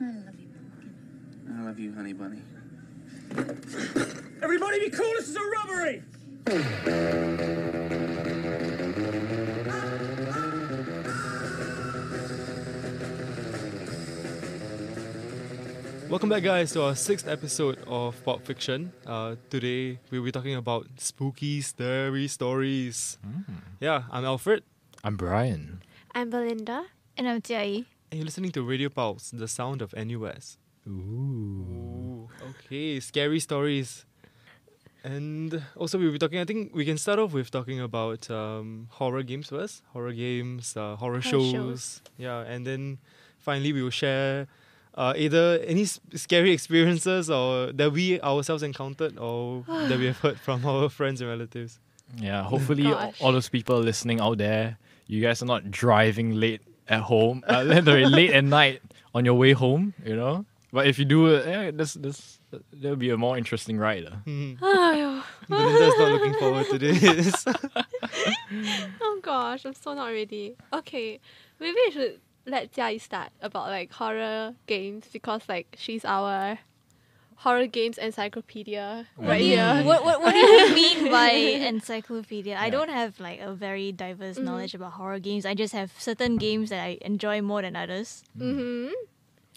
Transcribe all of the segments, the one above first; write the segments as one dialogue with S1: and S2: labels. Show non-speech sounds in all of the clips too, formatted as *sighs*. S1: I love you, pumpkin.
S2: I love you, honey bunny.
S3: Everybody be cool, this is a robbery!
S4: Welcome back, guys, to our sixth episode of Pop Fiction. Uh, today, we'll be talking about spooky, scary stories. Yeah, I'm Alfred,
S5: I'm Brian.
S1: I'm Belinda. And I'm E. Jiai.
S4: and you're listening to Radio Pulse, the sound of NUS.
S5: Ooh.
S4: Ooh, okay, scary stories. And also, we'll be talking, I think we can start off with talking about um, horror games first horror games, uh, horror, shows.
S1: shows.
S4: Yeah, and then finally, we will share. Uh, either any s- scary *laughs* experiences or that we ourselves encountered or that we have heard from *laughs* our friends and relatives.
S5: Yeah, hopefully
S1: Gosh.
S5: all those people listening out there, you guys are not driving late at home, uh, *laughs* literally late at night on your way home, you know? But if you do, uh, eh, this, this, that'll be a more interesting ride.
S1: Hmm.
S5: uh.
S4: Belinda's not looking forward to this. *laughs*
S6: Oh gosh, I'm so not ready. Okay, maybe I should let Jiai start about like horror games because like she's our horror games encyclopedia
S5: Oh,
S6: right here.
S1: What, what, what do *laughs* you mean by encyclopedia? I
S5: Yeah.
S1: don't have like a very diverse knowledge about horror games. I just have certain games that I enjoy more than others,
S6: Mm-hmm.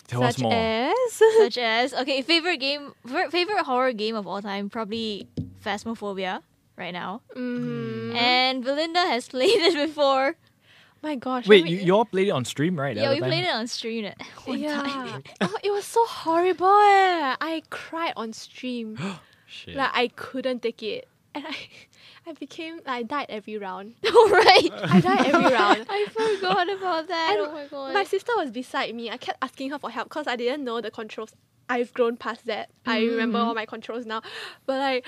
S5: Tell us
S6: Such
S5: Mm. more.
S6: as
S1: such as okay, favorite game, fa- favorite horror game of all time, probably Phasmophobia right now. Mm. Mm-hmm.
S6: Mhm.
S1: And Belinda has *laughs* played it before.
S6: my gosh.
S5: Wait,
S6: let
S5: you,
S6: me-
S5: you all played it on stream, right? the
S1: yeah,
S5: other
S1: we
S5: time?
S1: played it on stream at *laughs* one time.
S6: yeah. oh, it was so horrible. eh. I cried
S5: *gasps*
S6: on stream.
S5: Shit.
S6: like I couldn't take it, and I, *laughs* I became I died every round.
S5: *laughs*
S1: All right.
S6: I died
S1: *laughs*
S6: every round.
S1: I forgot about that.
S6: And
S1: oh my god.
S6: My sister was beside me. I kept asking her for help because I didn't know the controls. I've grown past that. I remember all my controls now. *gasps* But like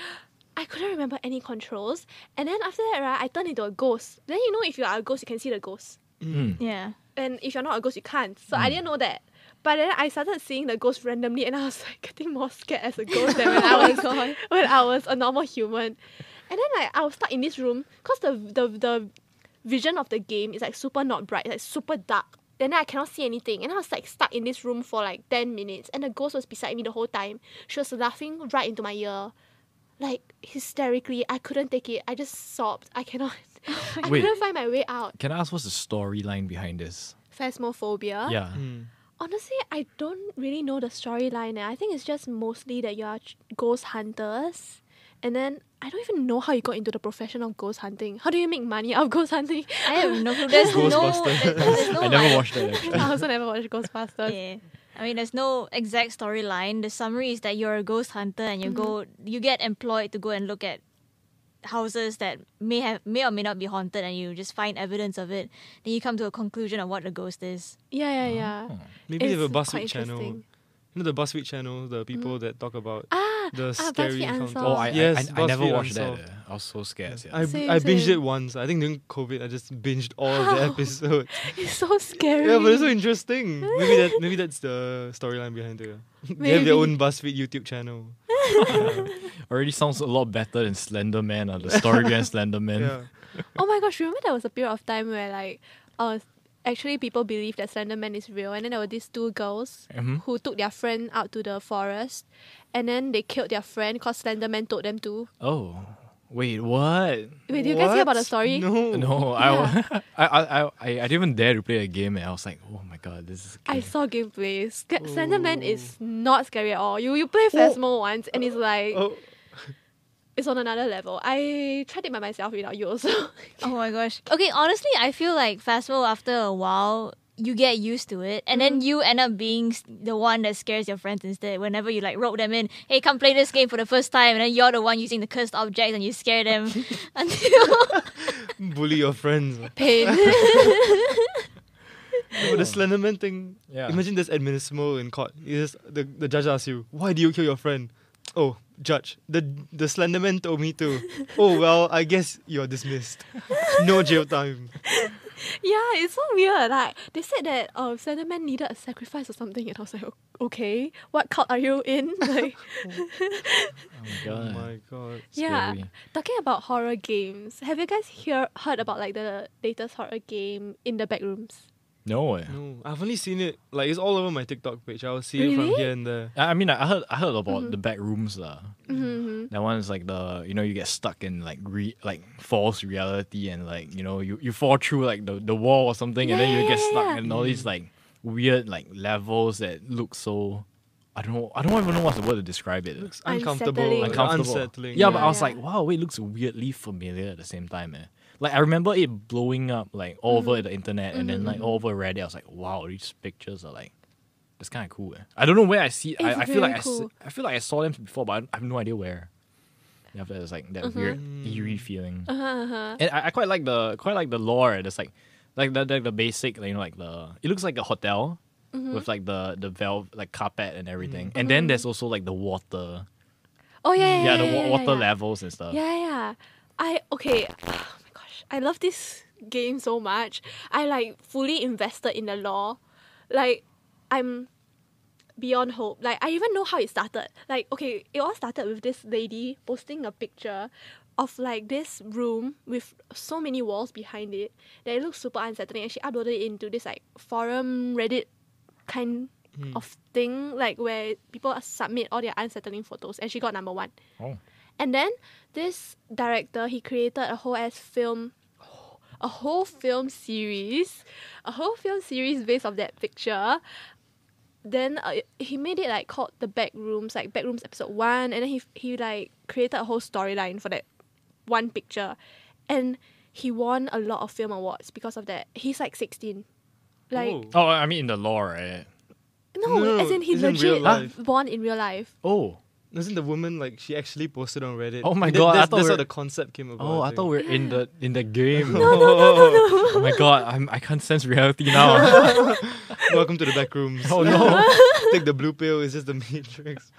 S6: I couldn't remember any controls. And then after that, right, I turned into a ghost. Then you know if you are a ghost, you can see the ghost.
S5: Hmm.
S1: yeah.
S6: And if you're not a ghost, you can't. So I didn't know that. But then I started seeing the ghost randomly and I was like getting more scared as a ghost than when I was *laughs* when I was a normal human. And then like I was stuck in this room because the the the vision of the game is like super not bright, like super dark. Then I cannot see anything. And I was like stuck in this room for like ten minutes and the ghost was beside me the whole time. She was laughing right into my ear. Like hysterically. I couldn't take it. I just sobbed. I cannot *laughs* I
S5: Wait.
S6: couldn't find my way out.
S5: Can I ask what's the storyline behind this?
S6: Phasmophobia.
S5: yeah.
S4: Hmm,
S6: Honestly, I don't really know the storyline. eh. I think it's just mostly that you are ch- ghost hunters. And then I don't even know how you got into the profession of ghost hunting. How do you make money out of ghost hunting?
S1: *laughs* I have no
S5: *laughs*
S1: clue. There's no.
S4: Ghostbusters.
S1: There's no
S5: I
S1: *laughs*
S5: never watched it. actually.
S6: *laughs* I also never watched Ghostbusters.
S1: Yeah. I mean, there's no exact storyline. The summary is that you're a ghost hunter and you go, you get employed to go and look at houses that may have, may or may not be haunted, and you just find evidence of it. Then you come to a conclusion of what the ghost is.
S6: Yeah, yeah, yeah.
S4: Maybe they have a
S6: It's quite
S4: BuzzFeed channel. You
S6: interesting. *laughs* Mm.
S4: know the BuzzFeed channel, the people that talk about
S6: Ah,
S4: the
S6: ah,
S4: scary
S6: BuzzFeed
S4: encounters.
S6: Unsolved.
S5: Oh, I,
S4: yes,
S5: I, I, I never
S4: BuzzFeed
S5: watched that.
S4: Unsolved.
S5: uh. I was so scared. Yeah.
S4: I,
S6: Same,
S4: I binged it
S6: same.
S4: once. I think during COVID, I just binged all
S6: *laughs*
S4: the episodes.
S6: it's so scary.
S4: yeah, but it's so interesting. Maybe that maybe that's the storyline behind it. *laughs* they have their own BuzzFeed YouTube channel.
S5: Already sounds a lot better than Slender Man, uh, the story
S4: *laughs*
S5: behind Slender Man.
S4: Yeah,
S6: oh my gosh, remember there was a period of time where like uh actually people believe that Slender Man is real and then there were these two girls
S4: Mm-hmm.
S5: Mhm.
S6: who took their friend out to the forest and then they killed their friend because Slender Man told them to.
S5: Oh, wait, what?
S6: Wait, do you guys hear about the
S4: What?
S6: story?
S4: No,
S6: *laughs*
S5: No, I, I, I, I, I didn't even dare to play a game, and I was like, oh my god, this is.
S6: I
S5: game."
S6: saw gameplay. Sca- Slenderman is not scary at all. You you play Phasmo once and it's like
S4: Oh,
S6: it's on another level. I tried it by myself without you also.
S1: Oh my gosh. Okay, honestly, I feel like Phasmo after a while. You get used to it, and then you end up being s- the one that scares your friends instead. Whenever you like rope them in, hey, come play this game for the first time, and then you're the one using the cursed objects, and you scare them *laughs* until
S4: bully your
S6: *laughs*
S4: friends.
S6: Pain.
S4: But the Slenderman thing.
S5: Yeah.
S4: Imagine there's admissible in court. It's just, the the judge asks you, "Why do you kill your friend?" Oh, judge, the the Slenderman told me to.
S6: *laughs*
S4: oh well, I guess you're dismissed. No jail time.
S6: yeah, it's so weird. Like they said that um Slenderman needed a sacrifice or something and I was like, "O- okay, what cult are you in? *laughs* Like
S4: Oh
S5: God.
S4: my god.
S6: Yeah.
S5: Scary.
S6: Talking about horror games, have you guys hear heard about like the latest horror game in the backrooms?
S5: No. eh.
S4: No, I've only seen it like it's all over my TikTok page. I'll see it from
S6: Really?
S4: here and there.
S5: I I mean, I I heard I heard about the back rooms lah.
S6: Mm-hmm.
S5: That one is like the you know you get stuck in like re like false reality and like you know you, you fall through like the, the wall or something and then
S6: Yeah,
S5: you get
S6: yeah,
S5: stuck
S6: yeah.
S5: in all these like weird like levels that look so I don't know I don't even know what's the word to describe it.
S4: It's uncomfortable,
S6: Unsettling.
S5: uncomfortable.
S4: unsettling.
S5: Yeah, but I was
S6: Yeah.
S5: like, wow, it looks weirdly familiar at the same time, eh. Like I remember it blowing up like all over
S6: Mm-hmm.
S5: the internet and then like all over Reddit. I was like, wow, these pictures are like it's kind of cool. Eh. I don't know where I see.
S6: It's
S5: I, I feel
S6: very
S5: like I, s-
S6: cool.
S5: I feel like I saw them before, but I, don't- I have no idea where. And after that, it's like that weird eerie feeling,
S6: Mm-hmm. Uh-huh.
S5: and I, I quite like the quite like the lore. It's like like the, the the basic, like, you know, like the it looks like a hotel
S6: Mm-hmm.
S5: with like the the velve like carpet and everything,
S6: Mm.
S5: and then there's also like the water.
S6: Oh yeah, yeah,
S5: Mm. Yeah,
S6: yeah,
S5: the
S6: yeah,
S5: wa-
S6: yeah,
S5: water
S6: yeah.
S5: levels and stuff.
S6: Yeah, yeah. I okay. Oh my gosh, I love this game so much. I like fully invested in the lore. Like, I'm beyond hope. Like, I even know how it started. Like, okay, it all started with this lady posting a picture of like this room with so many walls behind it that it looks super unsettling. And she uploaded it into this like forum Reddit kind of thing, like where people submit all their unsettling photos, and she got number one.
S5: Oh.
S6: And then this director, he created a whole ass film, a whole film series, a whole film series based off that picture. Then uh, he made it like called the back rooms, like back rooms episode one, and then he he like created a whole storyline for that one picture, and he won a lot of film awards because of that. He's like sixteen, like
S4: Oh.
S5: Oh, I mean in the lore, right?
S6: no,
S4: No,
S6: as in he
S4: it's in real
S6: legit
S4: life.
S6: born in real life.
S5: Oh,
S4: Isn't the woman like she actually posted on Reddit?
S5: Oh my
S4: Th-
S5: God, I
S4: that's,
S5: thought
S4: that's how
S5: we're-
S4: the concept came about.
S5: oh, I
S4: think.
S5: thought we are in the in the *laughs*
S4: *laughs*
S6: *laughs*
S5: game.
S4: no, no,
S5: Oh my god, I'm I can't sense reality
S6: *laughs*
S5: now.
S4: *laughs* Welcome to the back rooms.
S5: oh no.
S4: *laughs* Take the blue pill. It's just the Matrix.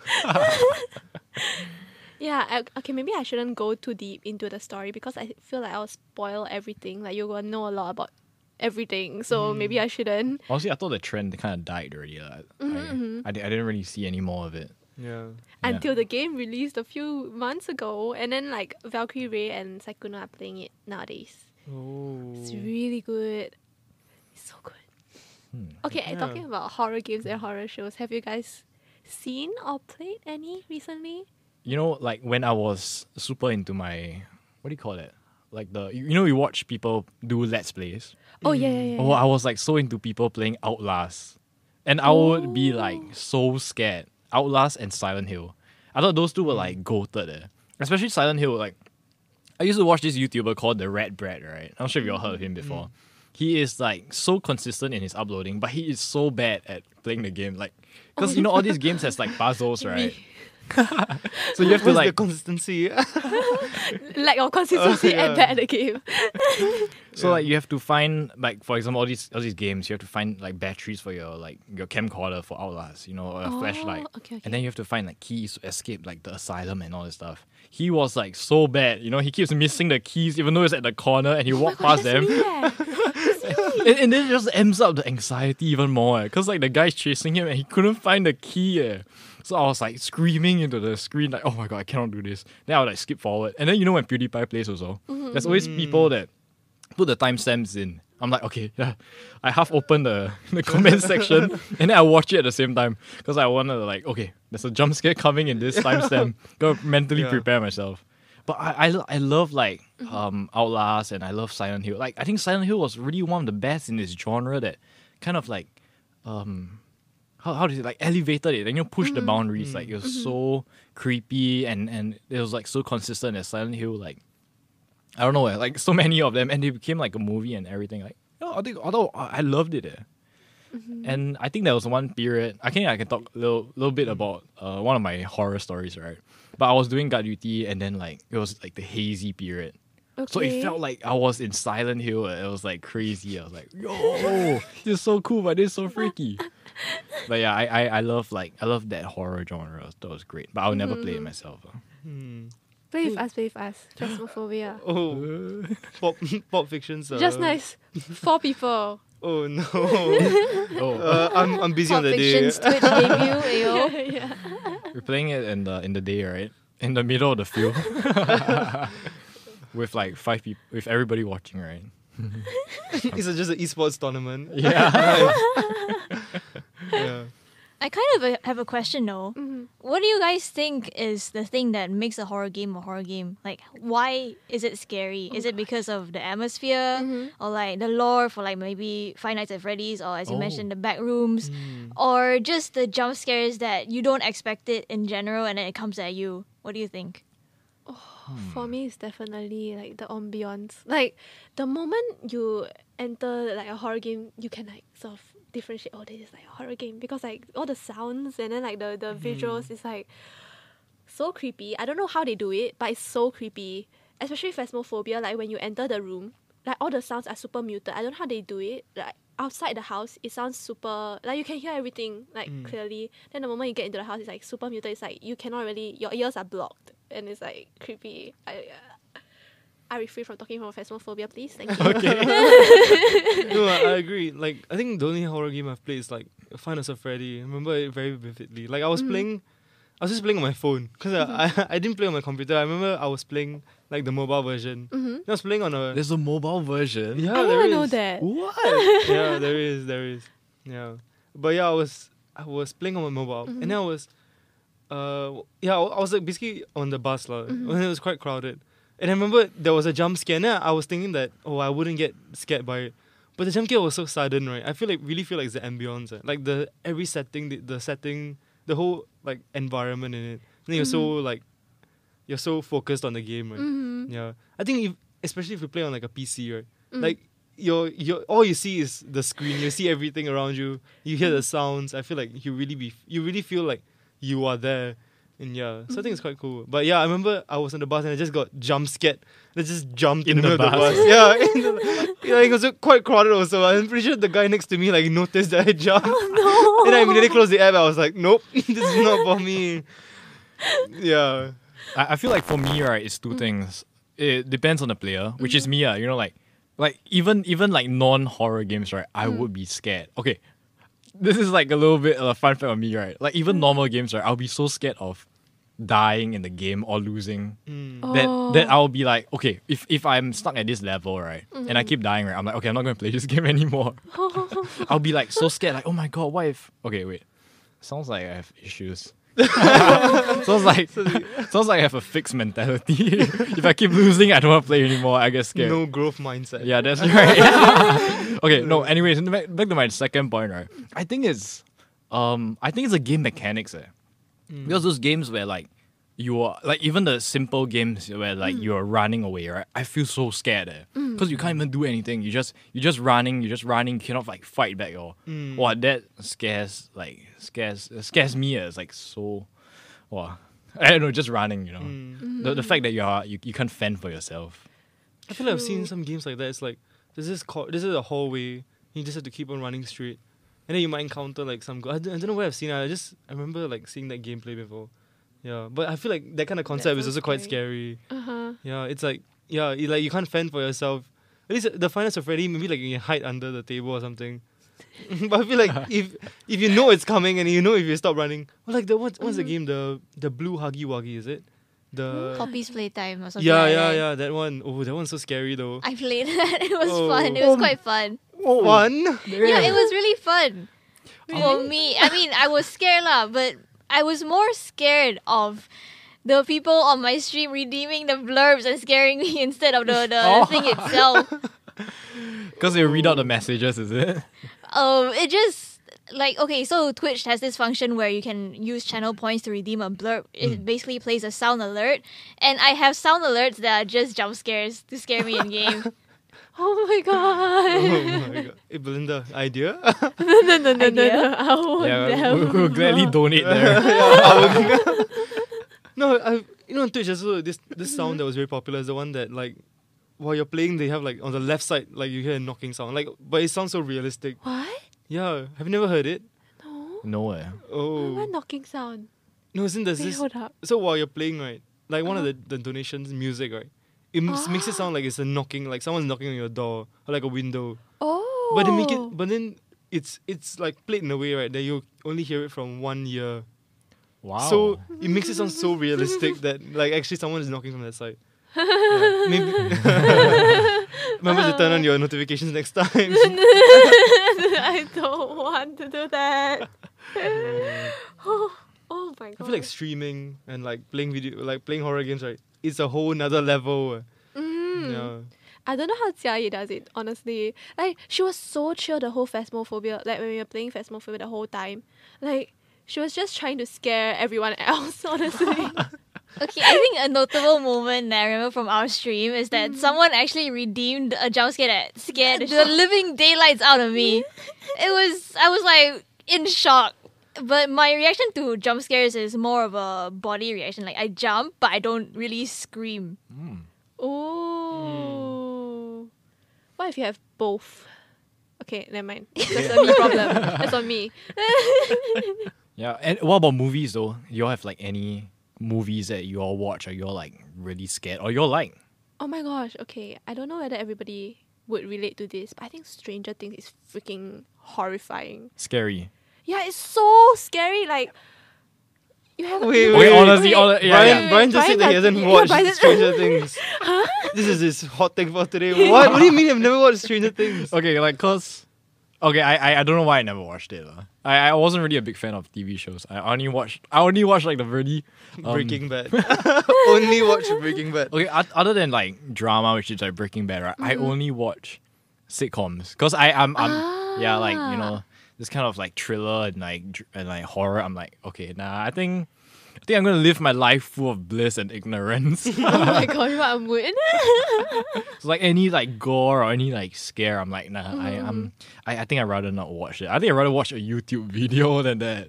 S6: Yeah, I, okay, maybe I shouldn't go too deep into the story because I feel like I'll spoil everything. Like you're gonna know a lot about everything, so
S4: Mm-hmm.
S6: maybe I shouldn't.
S5: Honestly, I thought the trend kind of died already. lah. I,
S6: Mm-hmm.
S5: I, di- I didn't really see any more of it.
S4: Yeah.
S5: Yeah.
S6: Until the game released a few months ago, and then like Valkyrie Ray and Saikuno are playing it nowadays.
S4: Oh.
S6: It's really good. It's so good. Okay,
S4: Hmm. Yeah.
S6: talking about horror games and horror shows, have you guys seen or played any recently?
S5: You know, like when I was super into my what do you call it? Like the you you know you watch people do let's plays.
S6: Oh yeah,
S4: Mm.
S6: yeah, yeah.
S5: Oh, I was like so into people playing Outlast, and I would be like so scared. Outlast and Silent Hill. I thought those two were like goated, eh. especially Silent Hill. Like, I used to watch this YouTuber called the Red Bread. Right, I'm sure you all heard of him before. He is like so consistent in his uploading, but he is so bad at playing the game. Like, because you know all these games has like puzzles, right? *laughs* so you have to
S4: Where's the
S5: like
S4: consistency?
S6: Lack of
S4: *laughs*
S6: consistency
S4: Oh, yeah.
S6: and bad at the game.
S5: So like you have to find like for example all these all these games you have to find like batteries for your like your camcorder for Outlast you know or a
S6: Oh,
S5: flashlight
S6: okay, okay.
S5: and then you have to find like keys to escape like the asylum and all this stuff. He was like so bad you know he keeps missing the keys even though it's at the corner
S6: Oh
S5: and he walk past them *laughs*
S6: Yeah.
S5: and, and then it just amps up the anxiety even more because like the guy's chasing him and he couldn't find the key. Eh. So I was like screaming into the screen like, oh my god, I cannot do this. Then I would like skip forward. And then you know when PewDiePie plays also,
S6: Mm-hmm.
S5: there's always people that put the timestamps in. I'm like, okay, *laughs* yeah. I half open the, the comment section and then I watch it at the same time because I wanted to like, okay, there's a jump scare coming in this timestamp. Go mentally
S4: Yeah.
S5: prepare myself. But I, I, lo- I love like um Outlast and I love Silent Hill. Like I think Silent Hill was really one of the best in this genre that kind of like um how how did it like elevated it and you know pushed the boundaries. Like it was so creepy and and it was like so consistent as Silent Hill like I don't know eh, like so many of them and they became like a movie and everything. Like you know, I think although I I loved it eh. And I think there was one period. I think I can talk a little, little bit about uh, one of my horror stories, right? But I was doing guard duty, and then like it was like the hazy period, so it
S6: Okay.
S5: felt like I was in Silent Hill. and It was like crazy. I was like, yo, this is so cool, but it's so freaky. but yeah, I, I I love like I love that horror genre. That was great, but I'll never play it myself. uh.
S6: Play with us, play with us. Phasmophobia.
S4: *laughs*
S5: *laughs*
S4: oh, pop, pop fiction's. Uh,
S6: Just nice.
S5: *laughs*
S6: Four people.
S4: Oh no. *laughs*
S5: Oh,
S4: uh, I'm I'm busy on
S1: Pulp
S4: the day.
S1: Fiction's Twitch debut, ayo.
S6: *laughs* yeah.
S5: we're playing it in the in the day, right? In the middle of the field, with like five people, with everybody watching, right?
S4: *laughs* it's just an esports tournament.
S5: Yeah. *laughs*
S4: Yeah.
S1: I kind of uh, have a question though. What do you guys think is the thing that makes a horror game a horror game? Like, why is it scary? is it because of the atmosphere or like the lore for like maybe Five Nights at Freddy's or as you
S5: Oh.
S1: mentioned the back rooms
S4: Mm.
S1: or just the jump scares that you don't expect it in general and then it comes at you? What do you think?
S5: Hmm.
S6: For me, it's definitely like the ambience. Like the moment you enter like a horror game, you can like sort of differentiate. Oh, this is like a horror game because like all the sounds and then like the
S5: Hmm.
S6: the visuals is like so creepy. I don't know how they do it, but it's so creepy. Especially phasmophobia, like when you enter the room, like all the sounds are super muted. I don't know how they do it. Like outside the house, it sounds super like you can hear everything like
S5: Mm.
S6: clearly. Then the moment you get into the house, it's like super muted. It's like you cannot really your ears are blocked, and it's like creepy. I uh, I refrain from talking about phasmophobia, please. Thank you. *laughs*
S4: no, I, I agree. Like, I think the only horror game I've played is like Find Us a Freddy. I remember it very vividly. Like, I was playing, I was just playing on my phone because I, I, I didn't play on my computer. I remember I was playing like the mobile version. I was playing on a
S5: There's a mobile version.
S4: yeah.
S6: I
S4: there
S6: want to know
S4: is.
S6: that. *laughs*
S5: What?
S4: yeah, there is, there is. Yeah, but yeah, I was I was playing on my mobile,
S6: Mm-hmm.
S4: and then I was, uh, yeah, I was like basically on the bus lah,
S6: Mm-hmm.
S4: and *laughs* it was quite crowded. And I remember there was a jump scare, and then I was thinking that oh, I wouldn't get scared by it, but the jump scare was so sudden, right? I feel like really feel like it's the ambience, eh. like the every setting, the, the setting, the whole like environment in it. And then you're so
S6: Mm-hmm.
S4: like, you're so focused on the game, right? Yeah, I think if, especially if you play on like a PC, right? Like your your all you see is the screen. You see everything around you. You hear the sounds. I feel like you really be you really feel like you are there. And yeah, so I think it's quite cool. But yeah, I remember I was on the bus and I just got jump scared. I just jumped in,
S5: In
S4: the
S5: the
S4: middle of
S5: bus.
S4: the bus. yeah, *laughs* in the- yeah, it was quite crowded also. I'm pretty sure the guy next to me like noticed that I jumped.
S1: No.
S4: *laughs* And I immediately closed the app. I was like, nope, *laughs* this is not for me. Yeah.
S5: I, I feel like for me, right, it's two things. It depends on the player, which is me, uh, you know, like like even even like non horror games, right? I would be scared. Okay. This is like a little bit of a fun fact of me, right? Like even normal games, right? I'll be so scared of dying in the game or losing that that I'll be like, okay, if if I'm stuck at this level, right, and I keep dying, right, I'm like, okay, I'm not gonna play this *laughs* game anymore. I'll be like so scared, like, oh my god, what if? Okay, wait, sounds like I have issues. sounds like sounds like I have a fixed mentality. *laughs* if I keep losing, I don't want to play anymore. I get scared.
S4: No growth mindset.
S5: Yeah, that's right. *laughs* okay, no. Anyways, back, back to my second point, right? I think it's, um, I think it's a game mechanics, eh? Because those games where like you are like even the simple games where like you are running away, right? I feel so scared, eh? Because you can't even do anything. You just you just running, you just running. You cannot like fight back or what that scares like scares scares me. Eh? It's like so, wow. *laughs* I don't know, just running, you know. The, the fact that you are you, you can't fend for yourself.
S4: I feel like I've seen some games like that. It's like this is cor- this is a hallway. You just have to keep on running straight, and then you might encounter like some. Go- I, don't, I don't know where I've seen it. I just I remember like seeing that gameplay before. Yeah, but I feel like that kind of concept is
S6: sounds
S4: also quite scary.
S6: Uh-huh.
S4: Yeah, it's like yeah, it, like you can't fend for yourself. At least the finest of Freddy, maybe like you can hide under the table or something. *laughs* but I
S5: *laughs*
S4: feel like if if you know it's coming and you know if you stop running, well, like the what, what's the game the the blue huggy wuggy is it? The
S1: Poppy's playtime or something.
S4: yeah
S1: like
S4: yeah
S1: that.
S4: yeah that one. Oh, that one's so scary though.
S1: I played *laughs* that. It was
S4: Oh.
S1: fun. It was quite fun.
S4: One.
S1: Yeah, it was really fun. For me, I mean, I was scared lah, but I was more scared of the people on my stream redeeming the blurbs and scaring *laughs* me instead of the, the
S5: Oh.
S1: thing itself.
S5: Because they read out the messages, is it?
S1: Um, it just like okay, so Twitch has this function where you can use channel points to redeem a blurb. It basically plays a sound alert, and I have sound alerts that are just jump scares to scare me in game.
S6: Oh my
S5: *laughs*
S6: god.
S4: *laughs* oh my god. Hey, Belinda, idea?
S6: *laughs* no, no, no, no, no.
S1: Idea?
S6: I won't
S5: Yeah,
S6: never.
S5: we'll, we'll
S6: *laughs*
S5: gladly
S4: *laughs*
S5: donate there.
S4: no, I you know on Twitch also this this sound that was very popular is the one that like while you're playing they have like on the left side like you hear a knocking sound. Like but it sounds so realistic.
S6: What?
S4: Yeah. Have you never heard it?
S6: No.
S5: no way.
S6: What
S4: Oh
S6: knocking sound?
S4: no, isn't there
S6: Wait,
S4: this
S6: hold up.
S4: so while you're playing right, like one of
S1: Uh-huh.
S4: the, the donations music, right? It m- makes
S1: Ah.
S4: it sound like it's a knocking, like someone's knocking on your door or like a window.
S6: Oh.
S4: But then make it, but then it's it's like played in a way, right? That you only hear it from one ear.
S5: Wow.
S4: So it makes it sound so
S6: *laughs*
S4: realistic that like actually someone is knocking from that side. Yeah, maybe *laughs* Remember to turn on your notifications next
S6: *laughs*
S4: time.
S6: I don't want to do that. *laughs* oh, oh my god.
S4: I feel like streaming and like playing video, like playing horror games, right? It's a whole nother level.
S6: Mm.
S4: Yeah.
S6: I don't know how Jia Yi does it, honestly. Like, she was so chill the whole Phasmophobia, like when we were playing Phasmophobia the whole time. Like, she was just trying to scare everyone *laughs* else,
S4: *laughs*
S6: honestly.
S1: Okay, I think a notable moment that I remember from our stream is that someone actually redeemed a jump scare that scared the living daylights out of me. It was I was like in shock. But my reaction to jump scares is more of a body reaction. Like I jump, but I don't really scream.
S4: Mm.
S6: Ooh. What if you have both? Okay, never
S4: *laughs*
S6: mind. That's a me problem. That's on me.
S5: Yeah, and what about movies though? You all have like any movies that you all watch or you're like really scared or you're like
S6: Oh my gosh, okay. I don't know whether everybody would relate to this, but I think Stranger Things is freaking horrifying.
S5: scary.
S6: Yeah, it's so scary. Like, you have
S4: Wait,
S5: Wait, honestly, hon- yeah,
S4: Brian,
S5: yeah.
S4: Brian just said
S6: Brian
S4: that he
S6: does-
S4: hasn't
S6: *laughs* yeah,
S4: watched
S6: Brian-
S4: Stranger
S6: *laughs*
S4: Things. This is his hot take for today. What? What do you mean I've never watched Stranger Things?
S5: Okay, like cause Okay, I, I I don't know why I never watched it. lah. I, I wasn't really a big fan of TV shows. I only watched I only watched like the really um,
S4: Breaking
S5: *laughs*
S4: Bad. *laughs* Only watch Breaking Bad.
S5: Okay, oth- other than like drama, which is like Breaking Bad, right? I only watch sitcoms because I am I'm, yeah, like you know this kind of like thriller and like dr- and like horror. I'm like okay, nah, I think I think I'm gonna live my life full of bliss and ignorance. *laughs*
S6: Oh my god, what a mood.
S5: So like any like gore or any like scare, I'm like nah. I um I, I think I'd rather not watch it. I think I'd rather watch a YouTube video *laughs* than that.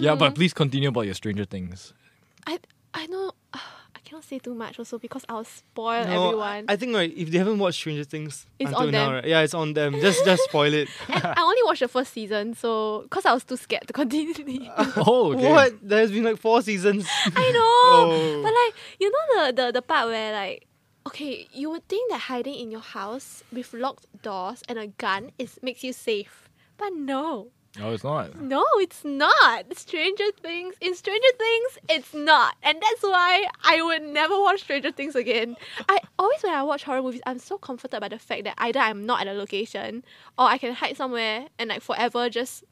S5: yeah, but please continue about your Stranger Things. *laughs*
S6: I *laughs* I know *sighs* I cannot say too much also because I'll spoil
S4: No,
S6: everyone.
S4: I think right, if they haven't watched Stranger Things
S6: It's
S4: until
S6: on
S4: now,
S6: them.
S4: right? Yeah, it's on them. Just just spoil
S6: *laughs*
S4: it.
S6: and I only watched the first season, so because I was too scared to *laughs* continue.
S5: Oh, okay.
S4: What? There's been like four *laughs* seasons.
S6: *laughs* I know,
S4: Oh.
S6: but like you know the, the the part where like okay, you would think that hiding in your house with locked doors and a gun is makes you safe, but no,
S5: No, it's not.
S6: no, it's not. Stranger Things in Stranger Things, it's not, and that's why I would never watch Stranger Things again. I always when I watch horror movies, I'm so comforted by the fact that either I'm not at a location or I can hide somewhere and like forever just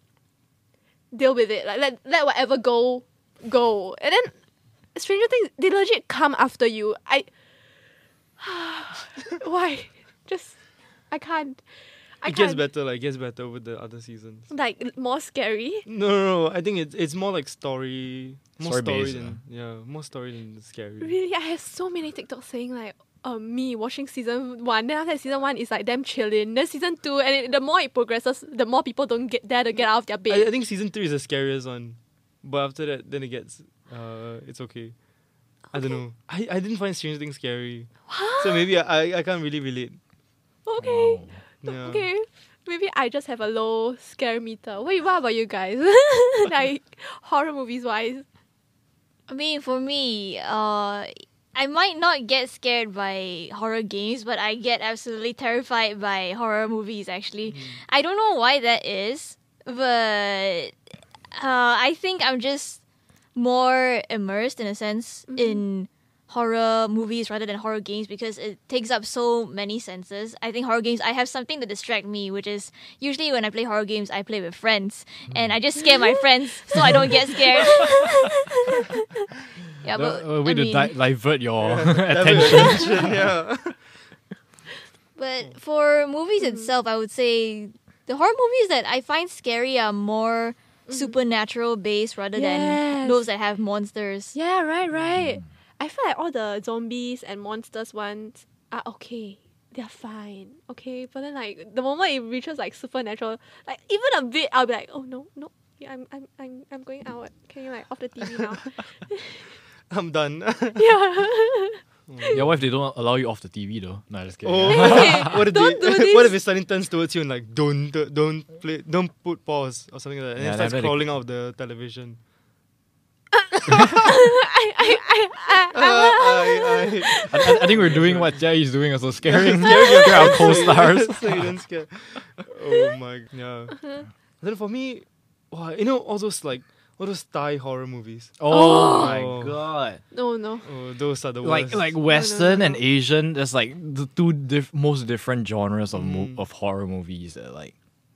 S6: deal with it. Like let let whatever go go. And then Stranger Things they legit come after you. I *sighs* why? Just I can't. I
S4: It gets
S6: can't.
S4: better. Like gets better with the other seasons.
S6: Like more scary.
S4: No, no, no. I think it's it's more like story, more story,
S5: Story-based,
S4: than yeah, more story than scary.
S6: Really, I have so many TikToks saying like, uh, me watching season one. Then after that, season one is like them chilling. Then season two, and it, the more it progresses, the more people don't get dare to get out of their
S4: I, I
S6: bed.
S4: think season three is the scariest one, but after that, then it gets uh, it's okay. I don't know. I, I didn't find Stranger Things scary, so maybe I, I, I can't really relate.
S6: okay,
S5: Wow.
S4: oh, Yeah.
S6: okay. Maybe I just have a low scare meter. Wait, what about you guys? *laughs* like horror movies wise.
S1: I mean, for me, uh, I might not get scared by horror games, but I get absolutely terrified by horror movies, actually. I don't know why that is, but uh, I think I'm just more immersed in a sense in horror movies rather than horror games because it takes up so many senses. I think horror games I have something to distract me, which is usually when I play horror games I play with friends and I just scare my friends so I don't get scared. yeah, but
S5: Uh, uh, way
S1: I
S5: to
S1: mean-
S5: di- divert *laughs*
S4: *laughs*
S5: your
S4: Oh, Attention,
S5: attention.
S4: *laughs* yeah. Mm.
S1: But for movies
S6: Mm-hmm.
S1: itself, I would say the horror movies that I find scary are more supernatural based rather than
S6: Mm-hmm. Yes.
S1: those that have monsters.
S6: Yeah, right, right. I feel like all the zombies and monsters ones are okay. They're fine, okay. But then, like the moment it reaches like supernatural, like even a bit, I'll be like, oh no, no, yeah, I'm, I'm, I'm, I'm going out. Can you like off the TV now? *laughs*
S4: I'm done. *laughs*
S6: yeah. *laughs*
S5: yeah, what if they don't allow you off the TV though? No, just kidding.
S4: oh, *laughs*
S6: *laughs*
S4: what if
S6: don't
S4: they,
S6: do
S4: what if
S6: this.
S4: it suddenly turns towards you and like don't don't- don't play don't put pause or something like that, and
S5: Yeah,
S4: it starts
S5: that'd be-
S4: crawling out of the television.
S6: I, I, I, *laughs* I,
S4: Ah, I, I.
S6: *laughs*
S5: *laughs* I, I- I think we're doing what Jai is doing, also *laughs* scaring
S4: Scaring
S5: scare our *laughs* co-stars.
S4: *laughs* so you don't
S6: Uh-huh.
S4: scare. Oh my god. Yeah. Then for me, wow, you know all those like What are those Thai horror movies?
S5: Oh,
S4: Oh.
S5: my god!
S6: No, no.
S4: Oh, those are the
S5: Like
S4: worst.
S5: like
S6: No,
S5: Western
S6: no,
S5: and
S6: no.
S5: Asian, there's like the two diff- most different genres of mo-
S4: Mm.
S5: of horror movies. That like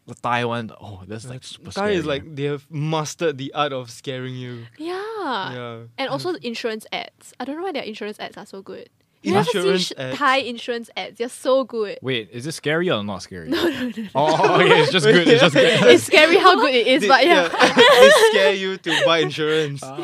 S5: the Thai one, oh, that's like super
S4: Thai
S5: scary.
S4: is like they have mastered the art of scaring you.
S6: Yeah. Uh,
S4: yeah.
S6: And also insurance ads. I don't know why their insurance ads are so good. You
S4: Insurance
S6: never see sh-
S4: ads.
S6: Thai insurance ads. They're so good.
S5: *laughs* Wait, is it scary or not scary? *laughs* No, no, no. Oh, okay, it's just good. It's just
S4: *laughs*
S5: good.
S6: It's scary how good it is, but yeah.
S4: they scare you to
S6: *laughs*
S4: buy insurance.
S5: Ah.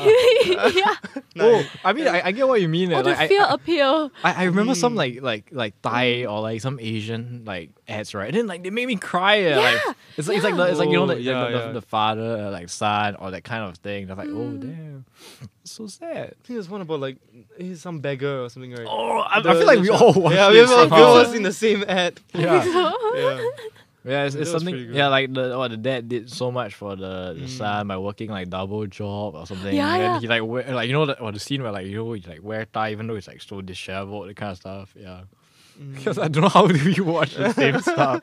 S6: yeah.
S5: Oh, I mean, I, I get what you mean. eh,
S6: Or the
S5: like, I-
S6: fear
S5: I,
S6: appeal.
S5: I, I remember some like like like Thai or like some Asian like ads, right? And then like they made me cry. eh, like,
S6: Yeah,
S5: it's like it's like the, it's like you know
S4: Oh,
S5: like,
S4: yeah,
S5: the, the,
S4: yeah.
S5: the father uh, like son or that kind of thing. They're like, oh damn, it's so sad.
S4: I think there's one about like eh, some beggar or something, right?
S5: Oh, I,
S4: The-
S5: I feel like
S4: the
S5: we
S4: show.
S5: all watched
S4: yeah, we
S5: it
S4: have all, we
S5: somehow. *laughs*
S4: all seen the same ad.
S5: Yeah,
S4: *laughs* Yeah.
S5: yeah, it's, it's
S4: That was
S5: something.
S4: pretty good. Mm.
S5: Yeah, like the oh, the dad did so much for the, the son by working like double job or something.
S6: Yeah,
S5: and
S6: yeah.
S5: he like wear, like you know the, or the scene where like you know he like wear tie even though it's like so disheveled that kind of stuff. Yeah, *laughs*
S4: Mm.
S5: because I don't know how do you watch the
S4: *laughs*
S5: same stuff.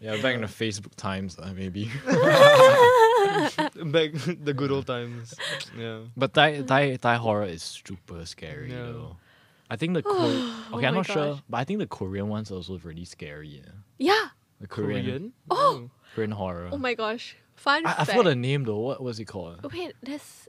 S5: Yeah, back in the Facebook times, uh, maybe. *laughs*
S4: Back *laughs* the good old times. Yeah.
S5: But Thai, Thai, Thai horror is super scary
S4: Yeah.
S5: though. I
S6: *sighs*
S5: think the Kore- okay, I'm
S6: Oh my
S5: not sure,
S6: gosh.
S5: but I think the Korean ones are also really scary. Yeah,
S6: *laughs* Yeah.
S5: the Korean Korean,
S6: Oh.
S5: horror.
S6: Oh my gosh. Fun
S5: I, I
S6: fact.
S5: forgot the name though. What was it called?
S6: Wait, that's.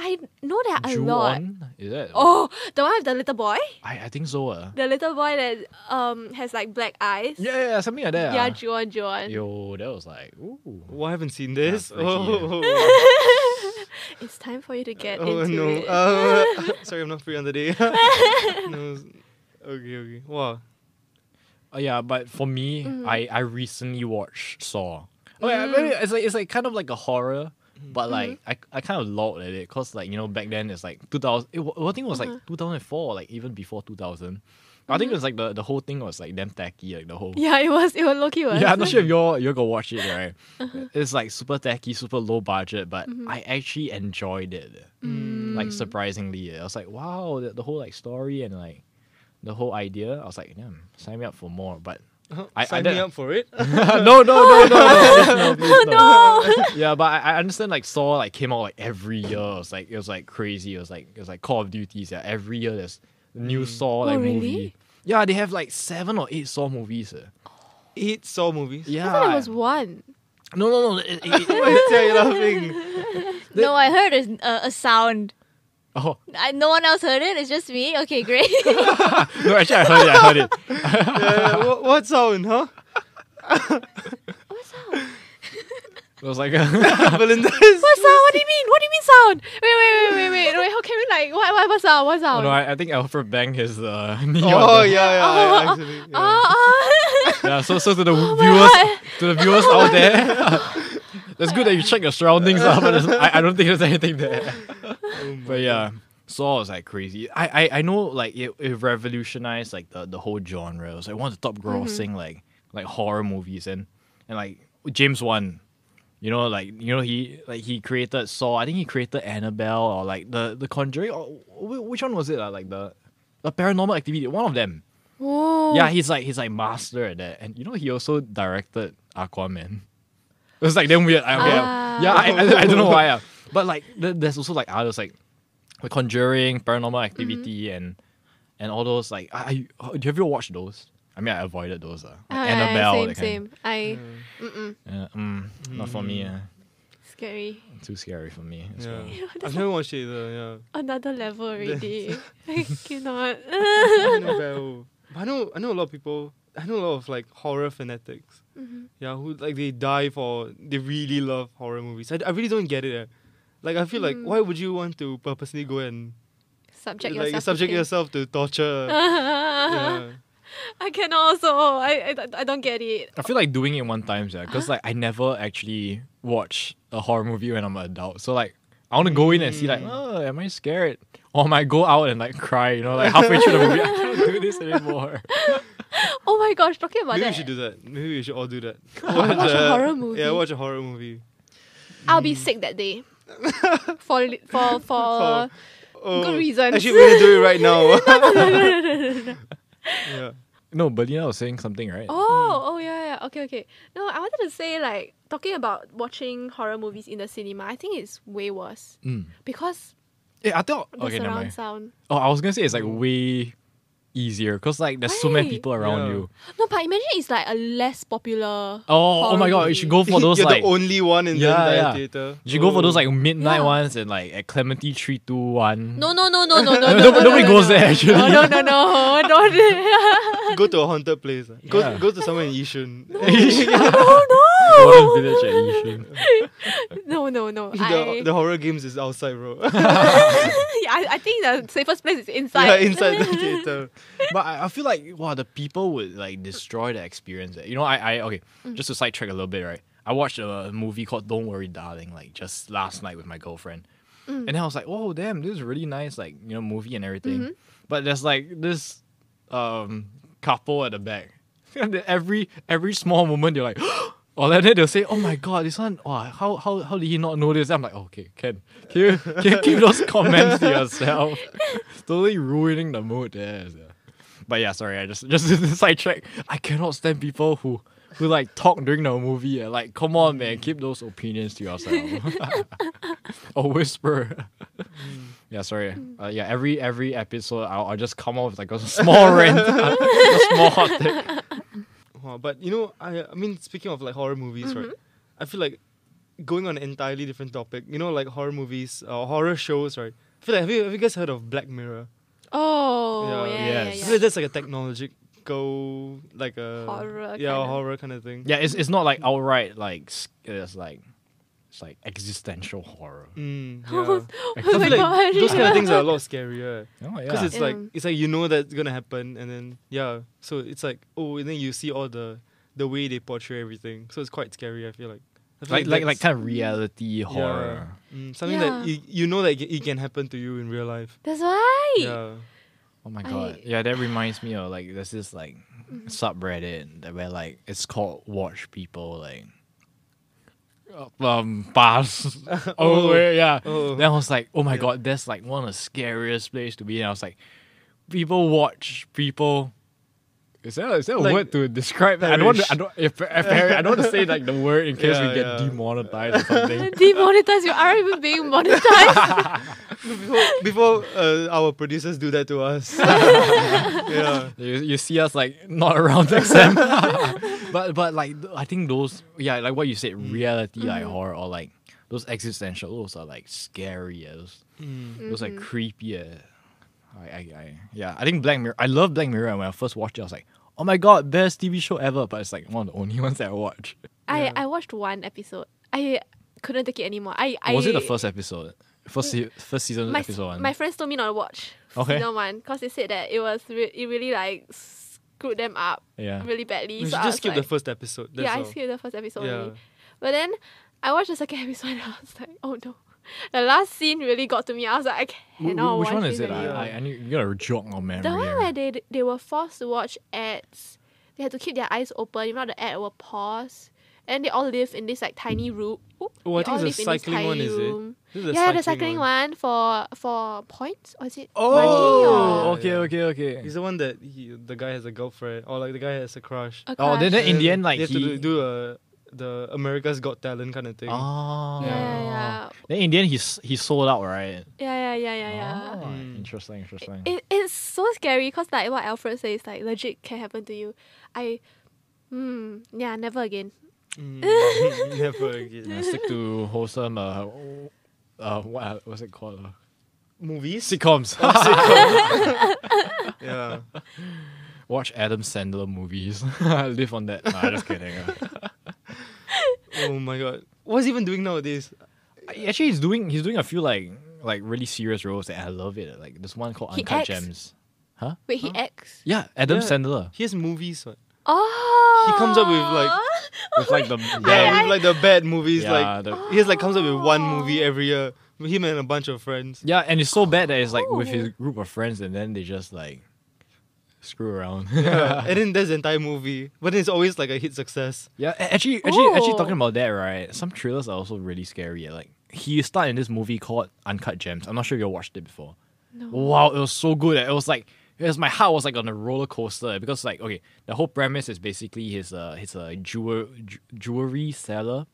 S6: I know there are a lot.
S5: Ju-on? Is that?
S6: Oh, the one with the little boy?
S5: I, I think so. Uh.
S6: The little boy that um has like black eyes.
S5: Yeah, yeah, yeah, something like that.
S6: Yeah,
S5: ah.
S6: Juan Juan.
S5: Yo, that was like, ooh.
S4: Oh, I haven't seen this.
S5: freaky, *laughs*
S4: oh,
S6: It's time for you to get
S4: oh,
S6: into
S5: *laughs*
S4: no.
S6: it.
S4: Uh, *laughs* sorry, I'm not free on the day. no, it's- okay, okay. Wow.
S5: Uh, yeah, but for me, I, I recently watched Saw. Oh yeah, maybe it's like it's like kind of like a horror, but like I, I kind of lolled at it because like you know back then it's like 2000. It, wa- I think it was like 2004, like even before 2000. I think it was like the, the whole thing was like damn tacky, like the whole
S6: *laughs* Yeah, it was. It was
S5: *laughs*
S6: Loki was.
S5: Yeah, I'm not sure if you're you're gonna watch it, right? It's like super tacky, super low budget, but I actually enjoyed it. Like surprisingly, I was like, wow, the, the whole like story and like the whole idea. I was like, damn, sign me up for more. But I- I
S4: Sign
S5: did-
S4: me up for it.
S5: *laughs* no, no, no, no, no, no, please, *laughs* no. Yeah, but I, I understand like Saw like came out like every year. It was like it was like crazy. It was like it was like Call of Duties. Yeah, every year there's new Saw like
S6: really?
S5: movie. Yeah, they have like seven or eight Saw movies. eh.
S4: Eight Saw movies.
S5: Yeah,
S6: I thought it was one.
S5: no, no, no. it- it- it-
S4: *laughs* Why is Jia laughing?
S1: No, I heard a, a, a sound.
S5: *laughs* oh,
S1: I, no one else heard it. It's just me.
S4: *laughs*
S1: Okay,
S6: *laughs*
S1: great.
S5: *laughs* No, actually, I heard it. I heard it.
S4: Uh, what, what sound,
S5: *laughs*
S4: huh?
S5: It was like, a, *laughs*
S4: Belinda's.
S6: What's sound? What do you mean? What do you mean sound? Wait, wait, wait, wait, wait, wait. How can we like what? What what's sound? What's
S5: oh,
S6: sound?
S5: no, I, I think Alfred banged his uh, knee.
S4: Oh,
S5: on the- *laughs*
S4: yeah, yeah. I- actually, yeah.
S5: Oh.
S6: Ah,
S5: yeah. So, so to the viewers, to the viewers out there, *laughs* it's good that you check your surroundings, uh, but there's- I, I don't think there's anything there.
S4: Oh my
S5: *laughs* But yeah, Saw was like crazy. I, I, I know like it, it revolutionized like the, the whole genre. It was like one of the top grossing like like horror movies and and like James Wan. You know, like you know, he like he created Saw. I think he created Annabelle or like the the Conjuring. Or wh- which one was it? ah? Like the the Paranormal Activity. One of them.
S6: ah. Whoa.
S5: Yeah, he's like he's like master at that. And you know, he also directed Aquaman. It was like damn weird. I, okay,
S6: Ah.
S5: yeah, I, I, I don't
S6: *laughs*
S5: know why. ah. But like, th- there's also like others like The Conjuring, Paranormal Activity,
S6: Mm-hmm.
S5: and and all those like. I, I, have you watched those? I mean, I avoided those. Uh,
S6: Ah,
S5: like
S6: yeah, yeah,
S5: Annabelle.
S6: Same,
S5: that kind.
S6: same. I. Mm-mm.
S5: Uh, mm, Not for me. Uh,
S6: Scary. *laughs*
S5: too scary for me. as
S4: Yeah.
S5: well.
S4: I've never watched it either, yeah.
S6: Another level
S5: *laughs*
S6: already. *laughs* I cannot.
S4: Annabelle. But I know I know a lot of people. I know a lot of like horror fanatics.
S6: Mm-hmm.
S4: Yeah, who like they die for they really love horror movies. I, I really don't get it. eh. Like I feel like
S6: Mm.
S4: why would you want to purposely go and
S6: *laughs* subject
S4: like
S6: yourself. to
S4: subject
S6: pain.
S4: yourself to
S6: *laughs*
S4: torture? yeah.
S6: I can also. I, I I don't get it.
S5: I feel like doing it one time, yeah, because like I never actually watch a horror movie when I'm an adult. So like I want to go in and see like, oh, am I scared? Or am I go out and like cry? You know, like halfway through the movie, *laughs* I can't do this anymore.
S6: Oh my gosh! Talking about
S4: Maybe we
S6: that,
S4: should do that. Maybe we should all do that.
S6: *laughs* Watch a
S4: uh,
S6: horror movie.
S4: Yeah, watch a horror movie.
S6: I'll be sick that *laughs* day. for li- Mm. for *laughs* for.
S4: Oh,
S6: Good reason.
S4: *laughs*
S6: *laughs*
S4: Actually, we're gonna do it right now. yeah.
S5: *laughs* No, Berlina was saying something, right?
S6: Oh, oh yeah, yeah. Okay, okay. No, I wanted to say like talking about watching horror movies in the cinema. I think it's way worse
S5: Mm.
S6: because
S5: Eh, I thought.
S6: the
S5: Okay, never
S6: surround
S5: mind.
S6: sound.
S5: Oh, I was gonna say it's like way easier because like there's so many
S6: Right.
S5: people around
S4: Yeah.
S5: you.
S6: No, but imagine it's like a less popular.
S5: Oh, oh
S6: horror
S5: my god, you
S6: movie.
S5: should go *laughs* for those
S4: You're
S5: like.
S4: the only one in
S5: Yeah,
S4: the entire
S5: yeah.
S4: theater.
S5: you should go for those
S4: Oh.
S5: like midnight
S6: Yeah.
S5: ones and like at Clementi three two one.
S6: No, *laughs* no, no, no, no, no.
S5: *laughs*
S6: no,
S5: Nobody-
S6: no,
S5: nobody
S6: no,
S5: goes
S6: no.
S5: there, actually.
S6: *laughs* No, no, no, *laughs* no. Don't.
S4: go to a haunted place. ah. Go
S5: Yeah.
S4: go to somewhere in Yishun.
S5: Golden Village at Yishun.
S6: no, no, *laughs* no. I,
S4: the, the horror games is outside, bro. *laughs*
S6: Yeah, I, I think the safest place is inside.
S4: yeah, inside the theater.
S5: but I, I feel like wow, the people would like destroy the experience. eh. You know, I, I okay, just to sidetrack a little bit, right? I watched a movie called Don't Worry, Darling, like just last night with my girlfriend, and then I was like, oh damn, this is really nice, like you know, movie and everything. But there's like this um couple at the back. *laughs* every every small moment, they're like. *gasps* Or then they'll say, "Oh my god, this one! Wow, how how how did he not notice?" I'm like, "Okay, Ken, can you, can you keep those comments to yourself?" *laughs* totally ruining the mood there. sia. But yeah, sorry, I just *laughs* just sidetrack. I cannot stand people who who like talk during the movie. eh. Like, come on, man, keep those opinions to yourself. *laughs* or whisper. *laughs* yeah, sorry. Uh, yeah, every every episode, I'll, I'll just come off with like a small rant, *laughs* a small hot take.
S4: Wow, but you know, I I mean, speaking of like horror movies, right?
S6: Mm-hmm.
S4: I feel like going on an entirely different topic. You know, like horror movies or horror shows, right? I feel like have you have you guys heard of Black Mirror?
S6: *laughs* Oh,
S4: Yeah.
S6: yeah, yeah,
S5: Yes.
S4: I
S6: yeah. *laughs*
S4: feel like that's like a technological, like a
S6: Horror
S4: yeah,
S6: kinda.
S4: horror kind of thing.
S5: Yeah, it's it's not like outright like s- it's like it's like existential horror.
S6: *laughs*
S4: Mm, yeah.
S6: Oh
S4: I
S6: my
S4: feel like
S6: god.
S4: those kind of things are a lot
S6: *laughs*
S4: scarier.
S5: Oh
S4: Because
S5: yeah.
S4: it's like
S6: Um,
S4: it's like you know that's gonna happen, and then yeah, so it's like oh, and then you see all the the way they portray everything, so it's quite scary. I feel like I feel
S5: like like like
S4: that's-
S5: kind of reality horror.
S4: mm, something
S6: Yeah.
S4: that you, you know that it can happen to you in real life.
S6: That's why.
S4: Yeah,
S5: Oh my
S6: I-
S5: god. yeah, that reminds me of like there's this like subreddit that where like it's called watch people like um pass *laughs* oh, wait, yeah.
S4: Oh.
S5: Then I was like, oh my god, that's like one of the scariest place to be. And I was like, people watch people. Is that, is that a
S4: Like,
S5: word to describe? I don't want to, I don't if, if, I don't want to say like the word in case
S4: Yeah,
S5: we get
S4: yeah.
S5: demonetized or something.
S6: Demonetize. You aren't even being monetized.
S4: before before uh, our producers do that to us.
S6: *laughs*
S4: yeah,
S5: You, you see us like not around *laughs* exam, but but like th- I think those yeah like what you said reality like
S6: Mm-hmm.
S5: horror or like those existential those are like scary eh, those,
S4: Mm.
S5: those
S6: Mm-hmm.
S5: like creepy. eh. I, I I yeah I think Black Mirror I love Black Mirror and when I first watched it I was like oh my god best TV show ever but it's like one of the only *laughs* ones that I watch.
S6: I
S4: Yeah.
S6: I watched one episode. I couldn't take it anymore. I, I
S5: was it the first episode first se- first season
S6: my,
S5: episode one?
S6: my friends told me not to watch
S5: Okay.
S6: season one because they said that it was re- it really like screwed them up
S5: Yeah.
S6: really badly.
S4: we should
S6: so I was
S4: just skip
S6: like,
S4: the first episode. That's
S6: yeah,
S4: all.
S6: I skipped the first episode
S4: Yeah.
S6: only. But then I watched the second *laughs* episode and I was like, oh no. The last scene really got to me. I was like, I
S5: Wh- wh-
S6: cannot watch
S5: which one
S6: this
S5: is it? I,
S6: anymore.
S5: I, I need, you gotta jog my memory.
S6: The one
S5: eh.
S6: where they they were forced to watch ads. They had to keep their eyes open. If not, the ad will pause. And they all live in this like tiny room. Oop,
S4: Oh, I
S6: they
S4: think
S6: all live
S4: it's
S6: in
S4: a
S6: this
S4: cycling one,
S6: tiny
S4: is it?
S6: room.
S4: This
S6: yeah,
S4: is
S6: the cycling one. for for points or is it money
S5: Oh,
S6: or
S5: okay,
S4: Yeah.
S5: okay, okay.
S4: He's the one that he, the guy has a girlfriend, or like the guy has a crush.
S6: a
S5: Oh, then,
S6: crush?
S5: then in the end, like
S4: they have
S5: he.
S4: to do, do a, the America's Got Talent kind of thing.
S5: oh.
S6: yeah, yeah,
S5: Then in the end, he s- he sold out, right?
S6: yeah, yeah, yeah, yeah, yeah.
S5: Oh,
S4: Mm.
S5: Interesting, interesting.
S6: It, it's so scary because like what Alfred says, like legit can happen to you. I, hmm, yeah, never again.
S4: Mm, *laughs* never again.
S5: Yeah, stick to
S6: *laughs*
S5: wholesome. Uh, uh, what was it called? Uh,
S4: Movies?
S5: sitcoms. *laughs*
S4: Yeah.
S5: Watch Adam Sandler movies. *laughs* Live on that. Nah, just *laughs* kidding.
S4: Oh my god. What's he even doing nowadays?
S5: Actually, he's doing he's doing a few like like really serious roles, and I love it. Like this one called
S6: He
S5: Uncut
S6: acts.
S5: Gems.
S6: Wait, he acts.
S5: Yeah, Adam
S4: Yeah.
S6: *laughs*
S5: Sandler
S4: He has movies. What?
S6: Oh,
S4: He comes up with, like-
S5: with like the
S4: Yeah, with like the bad movies.
S5: Yeah,
S4: like
S5: the-
S4: he just like comes up with one movie every year. with Him and a bunch of friends.
S5: Yeah, and it's so bad that it's like with his
S6: Oh.
S5: group of friends, and then they just like screw around. *laughs*
S4: Yeah. *laughs* and then there's the entire movie, but it's always like a hit success.
S5: yeah, a- actually, actually, actually,
S6: Oh.
S5: talking about that, right? Some trailers are also really scary. eh, Like he starred in this movie called Uncut Gems. I'm not sure if you watched it before. Wow, it was so good. eh. It was like because my heart was like on a roller coaster eh? because like okay, the whole premise is basically uh, he's a he's a jewer, ju- jewelry seller,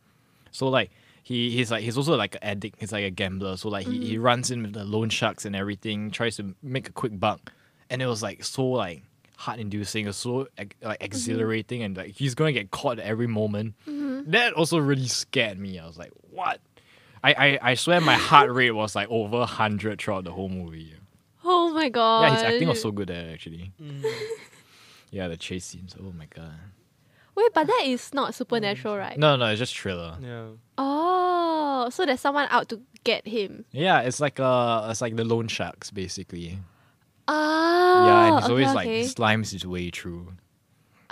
S5: so like he he's like he's also like an addict. He's like a gambler. So like he, he runs in with the loan sharks and everything, tries to make a quick buck, and it was like so like heart inducing, so ex- like exhilarating, and like he's gonna get caught at every moment. That also really scared me. I was like, what? I, I, I swear my heart rate was like over hundred throughout the whole movie.
S6: Oh my god.
S5: Yeah, his acting was so good there actually. Yeah, the chase scenes. Oh my god.
S6: Wait, but that is not supernatural, right?
S5: No, no, it's just thriller.
S4: Yeah.
S6: Oh, so there's someone out to get him.
S5: Yeah, it's like uh, it's like the loan sharks basically.
S6: Oh.
S5: Yeah, and he's
S6: okay,
S5: always
S6: okay.
S5: like slimes his way through.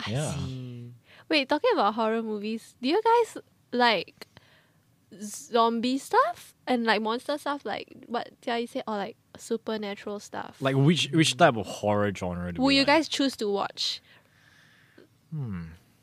S5: yeah.
S4: Mm.
S6: Wait, talking about horror movies, do you guys like zombie stuff and like monster stuff, like what Jia you say, or like supernatural stuff?
S5: Like which which type of horror genre do
S6: will
S5: we
S6: you
S5: like? Hmm.
S6: guys choose to watch?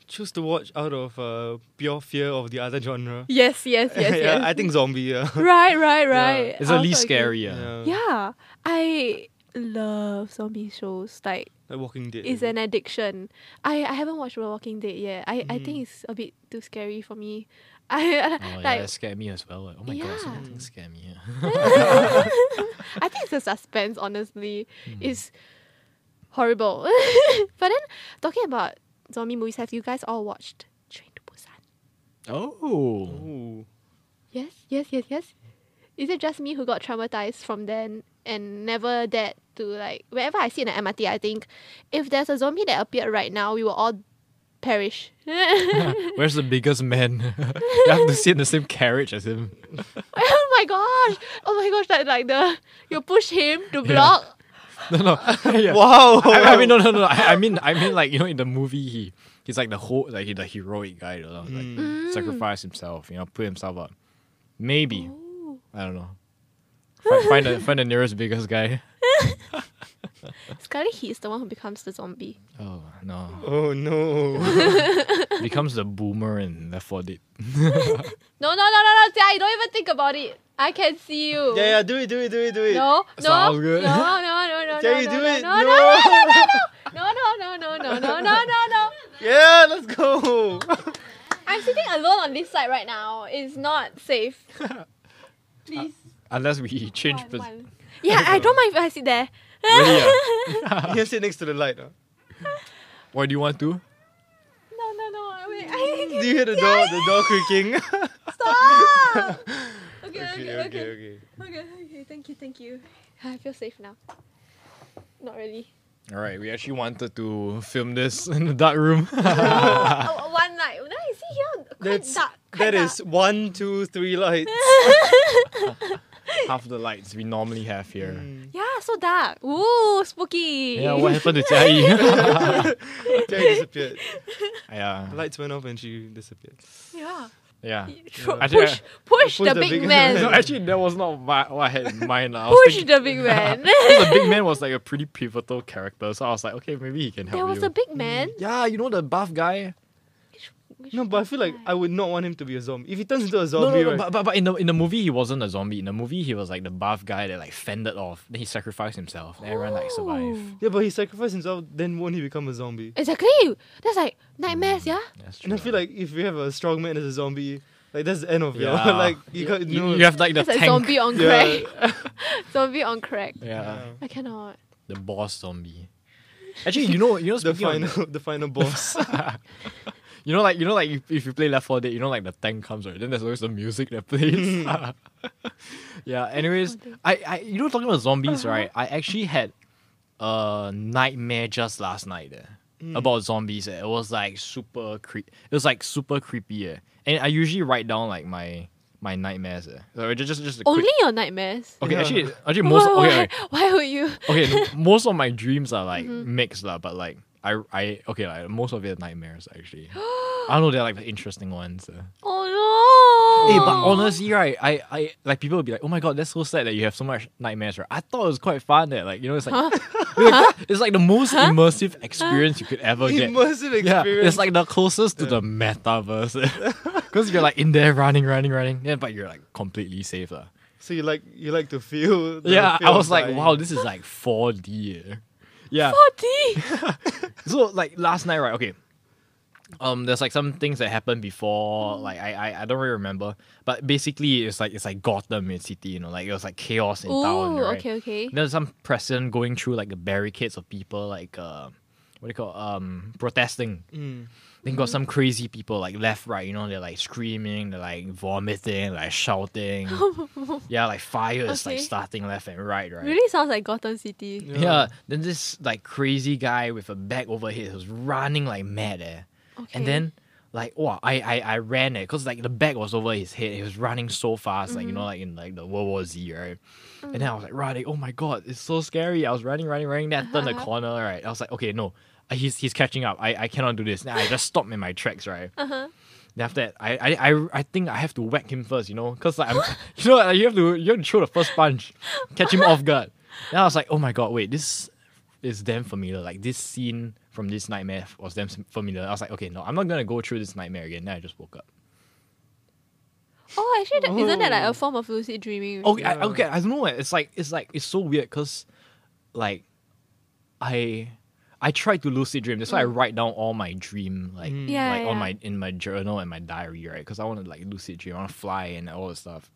S4: Choose to watch out of uh, pure fear of the other genre.
S6: Yes,
S5: *laughs*
S6: yes, yes,
S4: *laughs* yeah,
S6: yes.
S4: I think zombie. Yeah.
S6: right, right, right.
S5: It's at
S6: I
S5: least
S6: also agree.
S5: scarier.
S4: yeah.
S6: Yeah, I love zombie shows. Like
S4: Like Walking Dead.
S6: it's an addiction. I I haven't watched The Walking Dead yet. I I think it's a bit too scary for me. *laughs* I
S5: Mm. Oh yeah,
S6: *laughs* like
S5: that scared me as well. Like, oh my
S6: Yeah.
S5: god, so many things scare me.
S6: *laughs* I think it's the suspense, honestly, is horrible. *laughs* but then, talking about zombie movies, have you guys all watched Train to Busan?
S5: *laughs* oh.
S4: Ooh.
S6: Yes, yes, yes, yes. Is it just me who got traumatized from then and never dared to like wherever I see in the MRT, I think if there's a zombie that appeared right now, we will all perish. *laughs* Oh
S5: Where's the biggest man? *laughs* you have to sit in the same carriage as him. *laughs*
S6: oh my gosh! Oh my gosh! Like like the you push him to block.
S5: No, no.
S4: *laughs*
S5: yeah.
S4: Wow.
S5: I, I mean, no, no,
S6: *laughs*
S5: no. I, I mean, I mean, like you know, in the movie, he he's like the whole like he, the heroic guy, you know, like
S6: Mm.
S5: sacrifice himself, you know, put himself up. Maybe
S6: Oh.
S5: I don't know.
S6: *laughs*
S5: Find find, the, find the nearest biggest guy.
S6: Sekali he is the one who becomes the zombie.
S5: Oh no,
S4: Oh no.
S5: *laughs* becomes the boomer and Left 4 Dead.
S6: No, no, no, no, no, Jia, you don't even think about it. I can see
S4: *laughs*
S6: you.
S4: yeah, yeah. Do it, do it, do it, do it.
S6: No, no,
S5: Sounds
S6: no, no,
S5: good.
S6: no, no,
S4: Can you
S6: no,
S4: do
S6: no,
S4: it?
S6: no, no, no, no, no, no, no, no, no, no, no.
S4: Yeah, let's go. *laughs*
S6: I'm sitting alone on this side right now. It's not safe. Please.
S5: *laughs* Unless *laughs* we change
S6: One,
S5: pos-
S6: one. Yeah, I don't mind if I sit there.
S5: Really, *laughs*
S4: you sit next to the light. Huh?
S5: Why do you want to?
S6: *laughs* No, no, no. Wait, I
S4: Do you hear the door? The door creaking. *laughs*
S6: stop. Okay, okay,
S4: okay, okay.
S6: okay, okay, okay. Thank you, thank you. I feel safe now. Not really.
S5: All right, we actually wanted to film *laughs* this in the dark room.
S6: Oh, one night. Now you see here, quite
S4: That's
S6: dark. Quite
S4: that
S6: dark.
S4: is one, two, three lights.
S5: Half the lights we normally have here.
S6: *laughs*
S4: Hmm.
S6: Yeah, so dark. Ooh, spooky.
S5: Yeah,
S6: *laughs*
S5: what happened to Jia Yi?
S4: *laughs* Jerry disappeared.
S5: *laughs* yeah,
S4: The lights went off and she disappeared.
S6: Yeah.
S5: yeah.
S6: Tro-
S5: I think I-
S6: push, push,
S4: Push
S6: the,
S4: the
S6: big,
S4: big
S6: man.
S5: *laughs* No, actually, that was not my, what I had in mind. I was
S6: push
S5: thinking-
S6: the big man. *laughs*
S5: *laughs* because the big man was like a pretty pivotal character, so I was like, okay, maybe he can help
S6: there was
S5: you.
S6: a big man.
S5: yeah, you know the buff guy.
S4: Mm. No, but I feel like I would not want him to be a zombie. If he turns into a
S5: No,
S4: zombie,
S5: no, no
S4: right?
S5: but, but, but in the in the movie he wasn't a zombie. In the movie he was like the buff guy that like fended off. Then he sacrificed himself. Then everyone like survived.
S4: yeah, but he sacrificed himself. Then won't he become a zombie?
S6: Exactly. That's like nightmares, yeah.
S5: That's true.
S4: And I feel like if you have a strong man as a zombie, like that's the end *laughs* of your
S5: Yeah.
S4: like you can't
S5: you,
S4: no.
S5: you have like the
S6: That's like
S5: tank.
S6: zombie on crack. *laughs*
S4: Yeah.
S6: zombie on crack.
S5: Yeah,
S4: Yeah.
S6: I cannot.
S5: the boss zombie. Actually, you know, you know,
S4: *laughs* The
S5: speaking of
S4: final, the final *laughs* boss.
S5: *laughs* You know, like you know, like if, if you play Left 4 Dead, you know, like the tank comes right. Then there's always the music that plays. *laughs* yeah. Anyways, I, I you know talking about zombies, right? I actually had a nightmare just last night eh, about zombies. eh. It was like super creep. It was like super creepy. Eh. And I usually write down like my my nightmares. Eh. So just just
S4: Oh,
S5: just a
S6: *laughs* Only
S5: quick,
S6: your nightmares.
S5: okay.
S4: Yeah.
S5: Actually, actually most
S6: why,
S5: okay. okay
S6: *laughs* why, why would you?
S5: okay,
S4: *laughs*
S5: no, most of my dreams are like
S4: Mm-hmm.
S5: mixed lah, but like I I okay like most of it are nightmares
S4: *gasps*
S5: actually. I don't know, they're like the interesting ones. Uh.
S6: Oh no.
S5: Hey, Eh, but honestly, right, I, I like people will be like, oh my god, that's so sad that you have so much nightmares. Right, I thought it was quite fun that like you know it's like *laughs* it's like the most immersive experience you could ever get.
S4: Immersive experience.
S5: Yeah, it's like the closest to the *laughs* metaverse because you're like in there running, running, running. Yeah, but you're like completely safe lah.
S4: so you like you like to feel. the
S5: Yeah,
S4: feel
S5: I
S4: of
S5: was like,
S4: dying.
S5: wow, this is like 4D. eh. yeah.
S6: Forty.
S5: So like last night, right? Okay. Um, there's like some things that happened before. Like I, I, I don't really remember. But basically, it's like it's like Gotham in city. You know, like it was like chaos in town.
S1: Ooh,
S5: Right?
S1: okay, okay.
S5: There's some president going through like the barricades of people, like uh, what do you call um protesting.
S4: Mm.
S5: Then got some crazy people like left, right. You know, they're like screaming, they're like vomiting, like shouting.
S1: *laughs*
S5: yeah, like fire is like
S6: Okay.
S5: starting left and right, right.
S6: Really sounds like Gotham City.
S5: Yeah. Then this like crazy guy with a bag over his was running like mad eh.
S6: Okay.
S5: And then like wow, I I, I ran it because like the bag was over his head. He was running so fast, like you know, like in like the World War Z, right? And then I was like running. Oh my god, it's so scary. I was running, running, running. Then I turned the corner, right? I was like, okay, no, uh, he's he's catching up. I, I cannot do this. Then I just stopped in my tracks, right? Uh-huh. Then after that, I, I I I think I have to whack him first, you know, because like I'm, *laughs* you know, like, you have to you have to throw the first punch, catch him off guard. Then I was like, oh my god, wait, this is damn familiar. Like this scene from this nightmare was damn familiar. I was like, okay, no, I'm not gonna go through this nightmare again. Then I just woke up.
S6: Oh, actually, that, isn't that like
S4: Oh.
S6: a form of lucid dreaming?
S5: Okay, Oh, I,
S4: Yeah.
S5: okay, I don't know. eh. It's like it's like it's so weird because, like, I I tried to lucid dream. That's why I write down all my dream like
S4: Mm.
S6: Mm. Yeah,
S5: like on
S6: yeah.
S5: my in my journal and my diary, right? Because I want to like lucid dream, I want to fly and all the
S6: *laughs*
S5: stuff.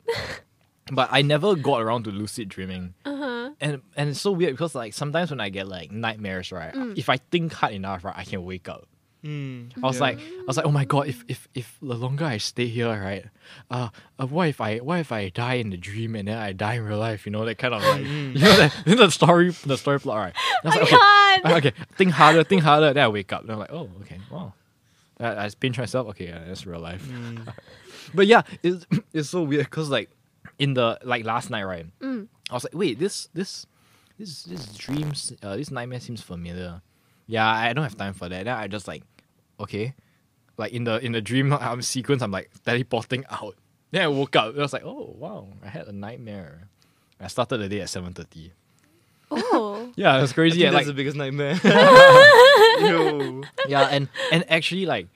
S5: but I never got around to lucid dreaming,
S6: Uh-huh.
S5: and and it's so weird because like sometimes when I get like nightmares, right?
S6: Mm.
S5: If I think hard enough, right, I can wake up.
S4: Mm.
S5: I was
S4: Yeah.
S5: like, I was like, oh my god, if if if the longer I stay here, right, uh, uh what if I what if I die in the dream and then I die in real life? You know that kind of like, you know that *laughs* the story the story plot, right? And I was like,
S6: Oh, God.
S5: *laughs* okay, okay, think harder, think harder. Then I wake up. Then I'm like, oh, okay, wow. I, I pinch myself. Okay, yeah, that's real life. *laughs* but yeah, it's *clears throat* it's so weird because like in the like last night, right? I was like, wait, this this this this dreams uh, this nightmare seems familiar. Yeah, I don't have time for that. Then I just like, okay, like in the in the dream *laughs* um, sequence, I'm like teleporting out. Then I woke up. I was like, oh wow, I had a nightmare. I started the day at seven thirty.
S6: Oh.
S5: Yeah, it was
S4: I
S5: crazy.
S4: think
S5: eh,
S4: that's
S5: like
S4: the biggest *laughs* nightmare. Yo.
S5: yeah, and and actually like,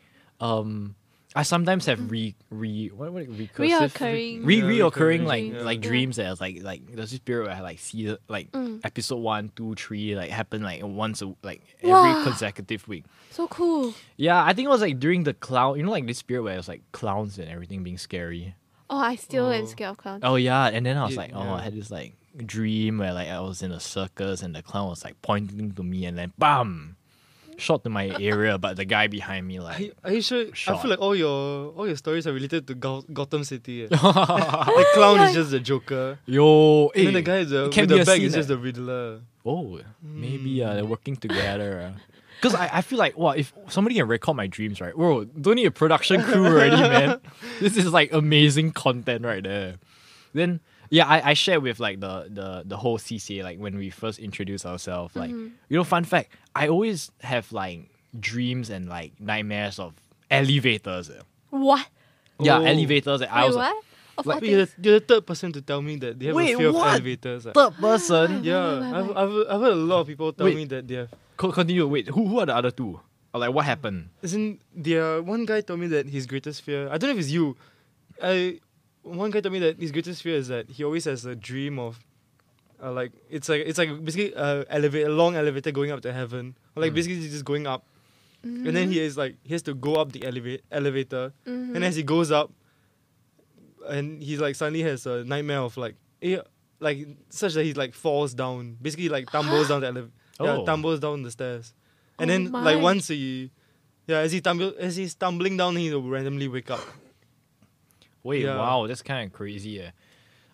S5: um, I sometimes have re re what what recursive
S6: Reoccurring.
S5: re
S4: Yeah,
S5: reoccurring
S4: recurring,
S5: like
S4: yeah.
S5: like
S6: Yeah. Mm.
S5: dreams that was like like there's this period where I like see the- like episode one, two, three like happen like once a, like every
S6: Wow.
S5: consecutive week.
S6: *laughs* So cool.
S5: Yeah, I think it was like during the clown, you know, like this period where it was like clowns and everything being scary.
S6: Oh, I still am
S4: Oh.
S6: scared of clowns.
S5: Oh yeah, and then I was
S4: Yeah,
S5: like, oh, I
S4: yeah.
S5: had this like dream where like I was in a circus and the clown was like pointing to me and then bam, shot to my area, but the guy behind me
S4: Are you,
S5: like.
S4: are you sure? I
S5: Shot.
S4: feel like all your all your stories are related to Go- Gotham City. *laughs* eh. the clown is just the Joker.
S5: *laughs* Yo,
S4: And
S5: eh,
S4: then the guy is the,
S5: it can
S4: with
S5: be
S4: the
S5: a
S4: bag
S5: scene,
S4: is just
S5: eh.
S4: the Riddler.
S5: Oh, maybe uh, they're working together. uh. *laughs* Because I, I feel like, wow, if somebody can record my dreams, right? Bro, don't need a production crew already, *laughs* man. This is like amazing content right there. Then, yeah, I, I shared with like the, the, the whole CCA, like when we first introduced ourselves, like, you know, fun fact, I always have like dreams and like nightmares of elevators. eh.
S6: What?
S5: Yeah,
S4: Oh.
S5: elevators. eh. I
S6: Wait,
S5: was like,
S6: what? Oh, Of all
S4: Wait, you're,
S6: *laughs* things.
S4: the, you're the third person to tell me that they have
S5: Wait,
S4: a fear
S5: what?
S4: of elevators. eh.
S5: third person.
S4: Yeah, I've, I've, I've heard a lot of people tell
S5: Wait.
S4: me that they have.
S5: Co- continue. Wait, who, who are the other two? Or like, what happened?
S4: Isn't there uh, one guy told me that his greatest fear? I don't know if it's you. I one guy told me that his greatest fear is that he always has a dream of, uh, like it's like it's like basically a elevator, a long elevator going up to heaven, or like
S5: Mm.
S4: basically he's just going up, and then he is like he has to go up the elevate elevator, and as he goes up, and he like suddenly has a nightmare of like eh, like such that he like falls down, basically like tumbles down the elevator,
S5: Oh.
S4: yeah, tumbles down the stairs, and
S6: Oh
S4: then
S6: my.
S4: like once he. Yeah, as he tumble, as he's tumbling down, he'll randomly wake up.
S5: Wait,
S4: Yeah.
S5: wow, that's kind of crazy. eh.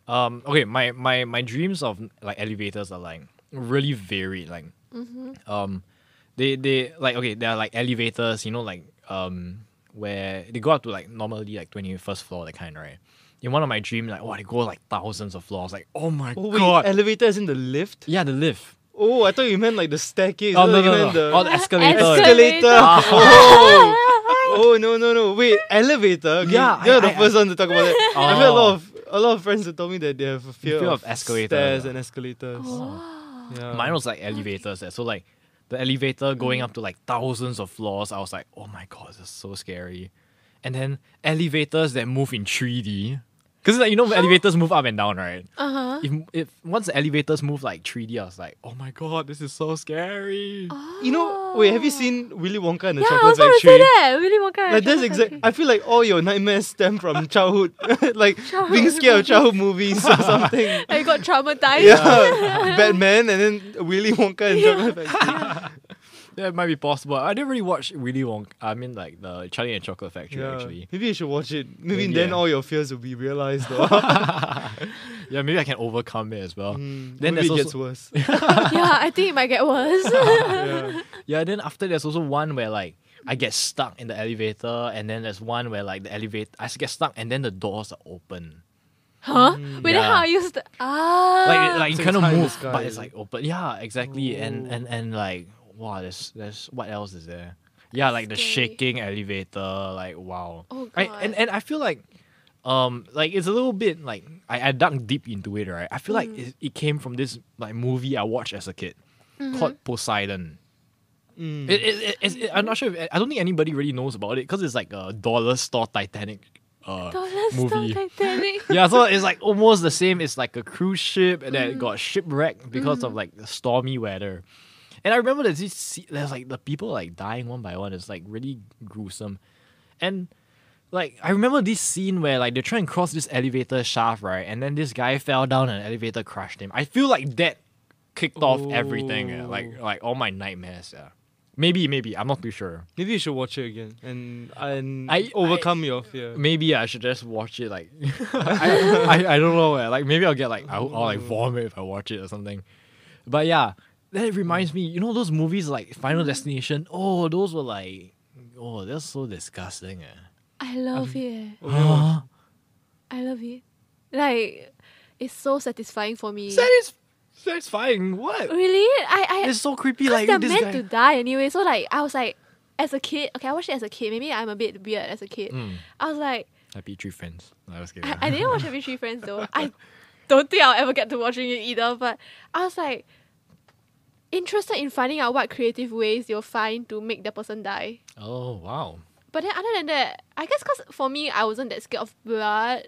S5: Um, okay, my, my my dreams of like elevators are like really varied. Like, um, they they like okay, they are like elevators. You know, like um, where they go up to like normally like twenty first floor that kind, right? In one of my dreams, like wow, they go like thousands of floors. Like, oh my
S4: Oh wait,
S5: god,
S4: elevator is in the lift.
S5: yeah, the lift.
S4: Oh, I thought you meant like the staircase.
S5: Oh
S4: you
S5: no
S4: know,
S5: no
S4: you
S5: no,
S4: meant the
S5: oh the Ah. escalator.
S6: Escalator.
S4: escalator. *laughs* Oh. oh no no no! Wait, elevator. Okay,
S5: Yeah,
S4: you're
S5: I-
S4: the
S5: I- Oh.
S4: first one to talk
S5: *laughs*
S4: about that. I've had a lot of a lot of friends that told me that they have a fear,
S5: Fear of escalator.
S4: stairs and escalators.
S6: Oh.
S4: Yeah.
S5: Mine was
S4: Oh,
S5: like elevators. eh. So like the elevator
S4: Mm.
S5: going up to like thousands of floors, I was like, oh my god, this is so scary. And then elevators that move in 3D. Because like, you know, elevators move up and down, right?
S6: Uh
S4: Uh-huh.
S6: huh.
S5: If, if once the elevators move like 3D, I was like, oh my god, this is so scary.
S4: You know, wait, have you seen Willy Wonka and the
S6: Yeah, I
S4: Chocolate
S6: was about to
S4: Factory?
S6: say that. Willy Wonka. and
S4: Like
S6: the
S4: that's *laughs*
S6: Chocolate
S4: exact.
S6: Factory.
S4: I feel like all your nightmares stem *laughs* from childhood, like being scared of childhood movies *laughs* or something.
S6: I Oh, got traumatized.
S4: *laughs* Yeah, Batman and then Willy Wonka and Chocolate Factory.
S5: That might be possible. I didn't really watch Willy Wonka. I mean, like the Charlie and Chocolate Factory,
S4: Yeah.
S5: actually.
S4: Maybe you should watch it. Maybe,
S5: Maybe,
S4: then
S5: yeah.
S4: all your fears will be
S5: *laughs*
S4: realized. Or
S5: Yeah, maybe I can overcome it as well.
S4: Mm,
S5: Then
S4: maybe
S5: there's
S4: it gets
S5: also, *laughs*
S4: worse.
S6: yeah, I think it might get worse.
S5: Um,
S4: yeah.
S5: yeah. Then after there's also one where like I get stuck in the elevator, and then there's one where like the elevator I get stuck, and then the doors are open.
S6: huh? *laughs* Wait, then
S5: Yeah.
S6: how I used to. Ah. *laughs*
S5: like it- like
S4: So
S5: you
S4: it's
S5: kind
S4: high
S5: of
S4: in the
S5: move, but it's
S4: sky. Oh.
S5: like open. Yeah, exactly. And
S4: Ooh.
S5: and and like wow, there's there's what else is there? Yeah, like the
S6: Scary.
S5: shaking elevator. Like wow.
S6: Oh,
S5: I,
S6: God. *laughs*
S5: and and I feel like. Um, like it's a little bit like I, I dug deep into it, right? I feel
S6: Mm.
S5: like it, it came from this like movie I watched as a kid
S6: Mm-hmm.
S5: called Poseidon.
S4: Mm.
S5: It, it, it, it's- it- I'm not sure. If, I don't think anybody really knows about it because it's like a dollar store Titanic uh,
S6: Dollar Store
S5: movie
S6: Titanic.
S5: yeah, so it's like almost the same. It's like a cruise ship that got shipwrecked because of like the stormy weather. And I remember there's this, se- there's like the people like dying one by one. It's like really gruesome, and like I remember this scene where like they're trying to cross this elevator shaft, right? And then this guy fell down and the elevator crushed him. I feel like that kicked off everything, eh, like like all my nightmares. Yeah. Maybe, maybe I'm not too sure.
S4: Maybe you should watch it again and and
S5: I-
S4: overcome your
S5: *gasps*
S4: fear.
S5: Maybe I should just watch it like I, I, I don't know eh, like maybe I'll get like I'll, I'll like vomit if I watch it or something. But yeah, that reminds me. You know those movies like Final Destination. Oh, those were like oh that's so disgusting. Eh. *laughs*
S6: I love it.
S4: Oh,
S5: Huh?
S6: I love it. Like, it's so satisfying for me.
S5: Satis- satisfying. What?
S6: really? I I.
S5: It's so creepy.
S6: Because
S5: Like
S6: they're
S5: this
S6: meant
S5: guy.
S6: to die anyway. So like I was like, as a kid, okay, I watched it as a kid. Maybe I'm a bit weird as a kid.
S5: Mm.
S6: I was like,
S5: Happy Tree Friends. No, I was kidding.
S6: I, I didn't watch Happy Tree Friends though. I don't think I'll ever get to watching it either. But I was like, interested in finding out what creative ways you'll find to make the person die.
S5: *laughs* oh wow.
S6: But then other than that, I guess because for me I wasn't that scared of blood.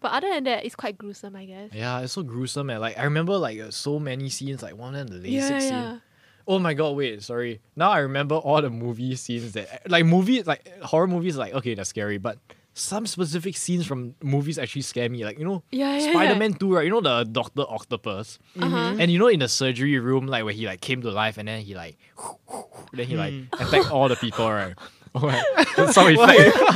S6: But other than that, it's quite gruesome, I guess.
S5: Yeah, it's so gruesome. And like I remember like uh, so many scenes. Like one of the LASIK scene.
S6: yeah.
S5: Oh my god, wait, sorry. Now I remember all the movie scenes that like movies like horror movies like okay, they're scary, but some specific scenes from movies actually scare me. Like, you know,
S6: Yeah, yeah, yeah.
S5: Spider-Man 2, right? You know the Doctor Octopus?
S6: Uh-huh.
S5: And you know in the surgery room, like where he like came to life and then he like *laughs* then he like attacked all the people, right? *laughs* Oh, right. That's some effect.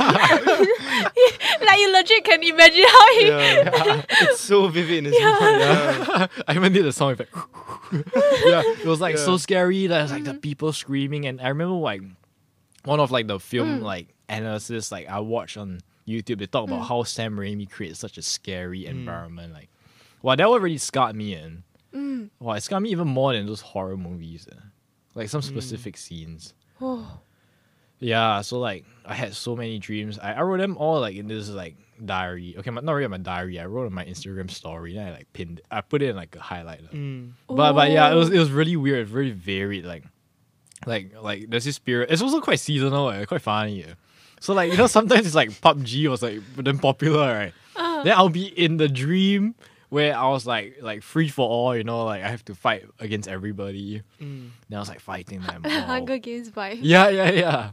S6: like you legit can imagine how he
S4: Yeah. it's so vivid in his mind. *laughs* Yeah.
S5: *laughs* I even did the sound effect. *laughs* yeah, it was like so
S4: Yeah.
S5: scary. There's like the people screaming, and I remember like one of like the film like analysis like I watched on YouTube. They talk about how Sam Raimi created such a scary environment. Like, wow, that one really scarred me, and wow, it scarred me even more than those horror movies. eh. Like some specific scenes.
S6: Oh.
S5: Yeah, so like I had so many dreams. I, I wrote them all like in this like diary. Okay, my, not really my diary. I wrote on my Instagram story. Then I like pinned. I put it in like a highlight. lah.
S4: Mm.
S5: But but yeah, it was it was really weird, very varied. Like like like there's this spirit. It's also quite seasonal. eh, quite funny. eh. So like you know sometimes it's like PUBG was like then popular right. Then I'll be in the dream where I was like like free for all. You know like I have to fight against everybody.
S4: mm.
S5: Then I was like fighting them. all.
S6: *laughs* Hunger Games vibe.
S5: Yeah, yeah, yeah.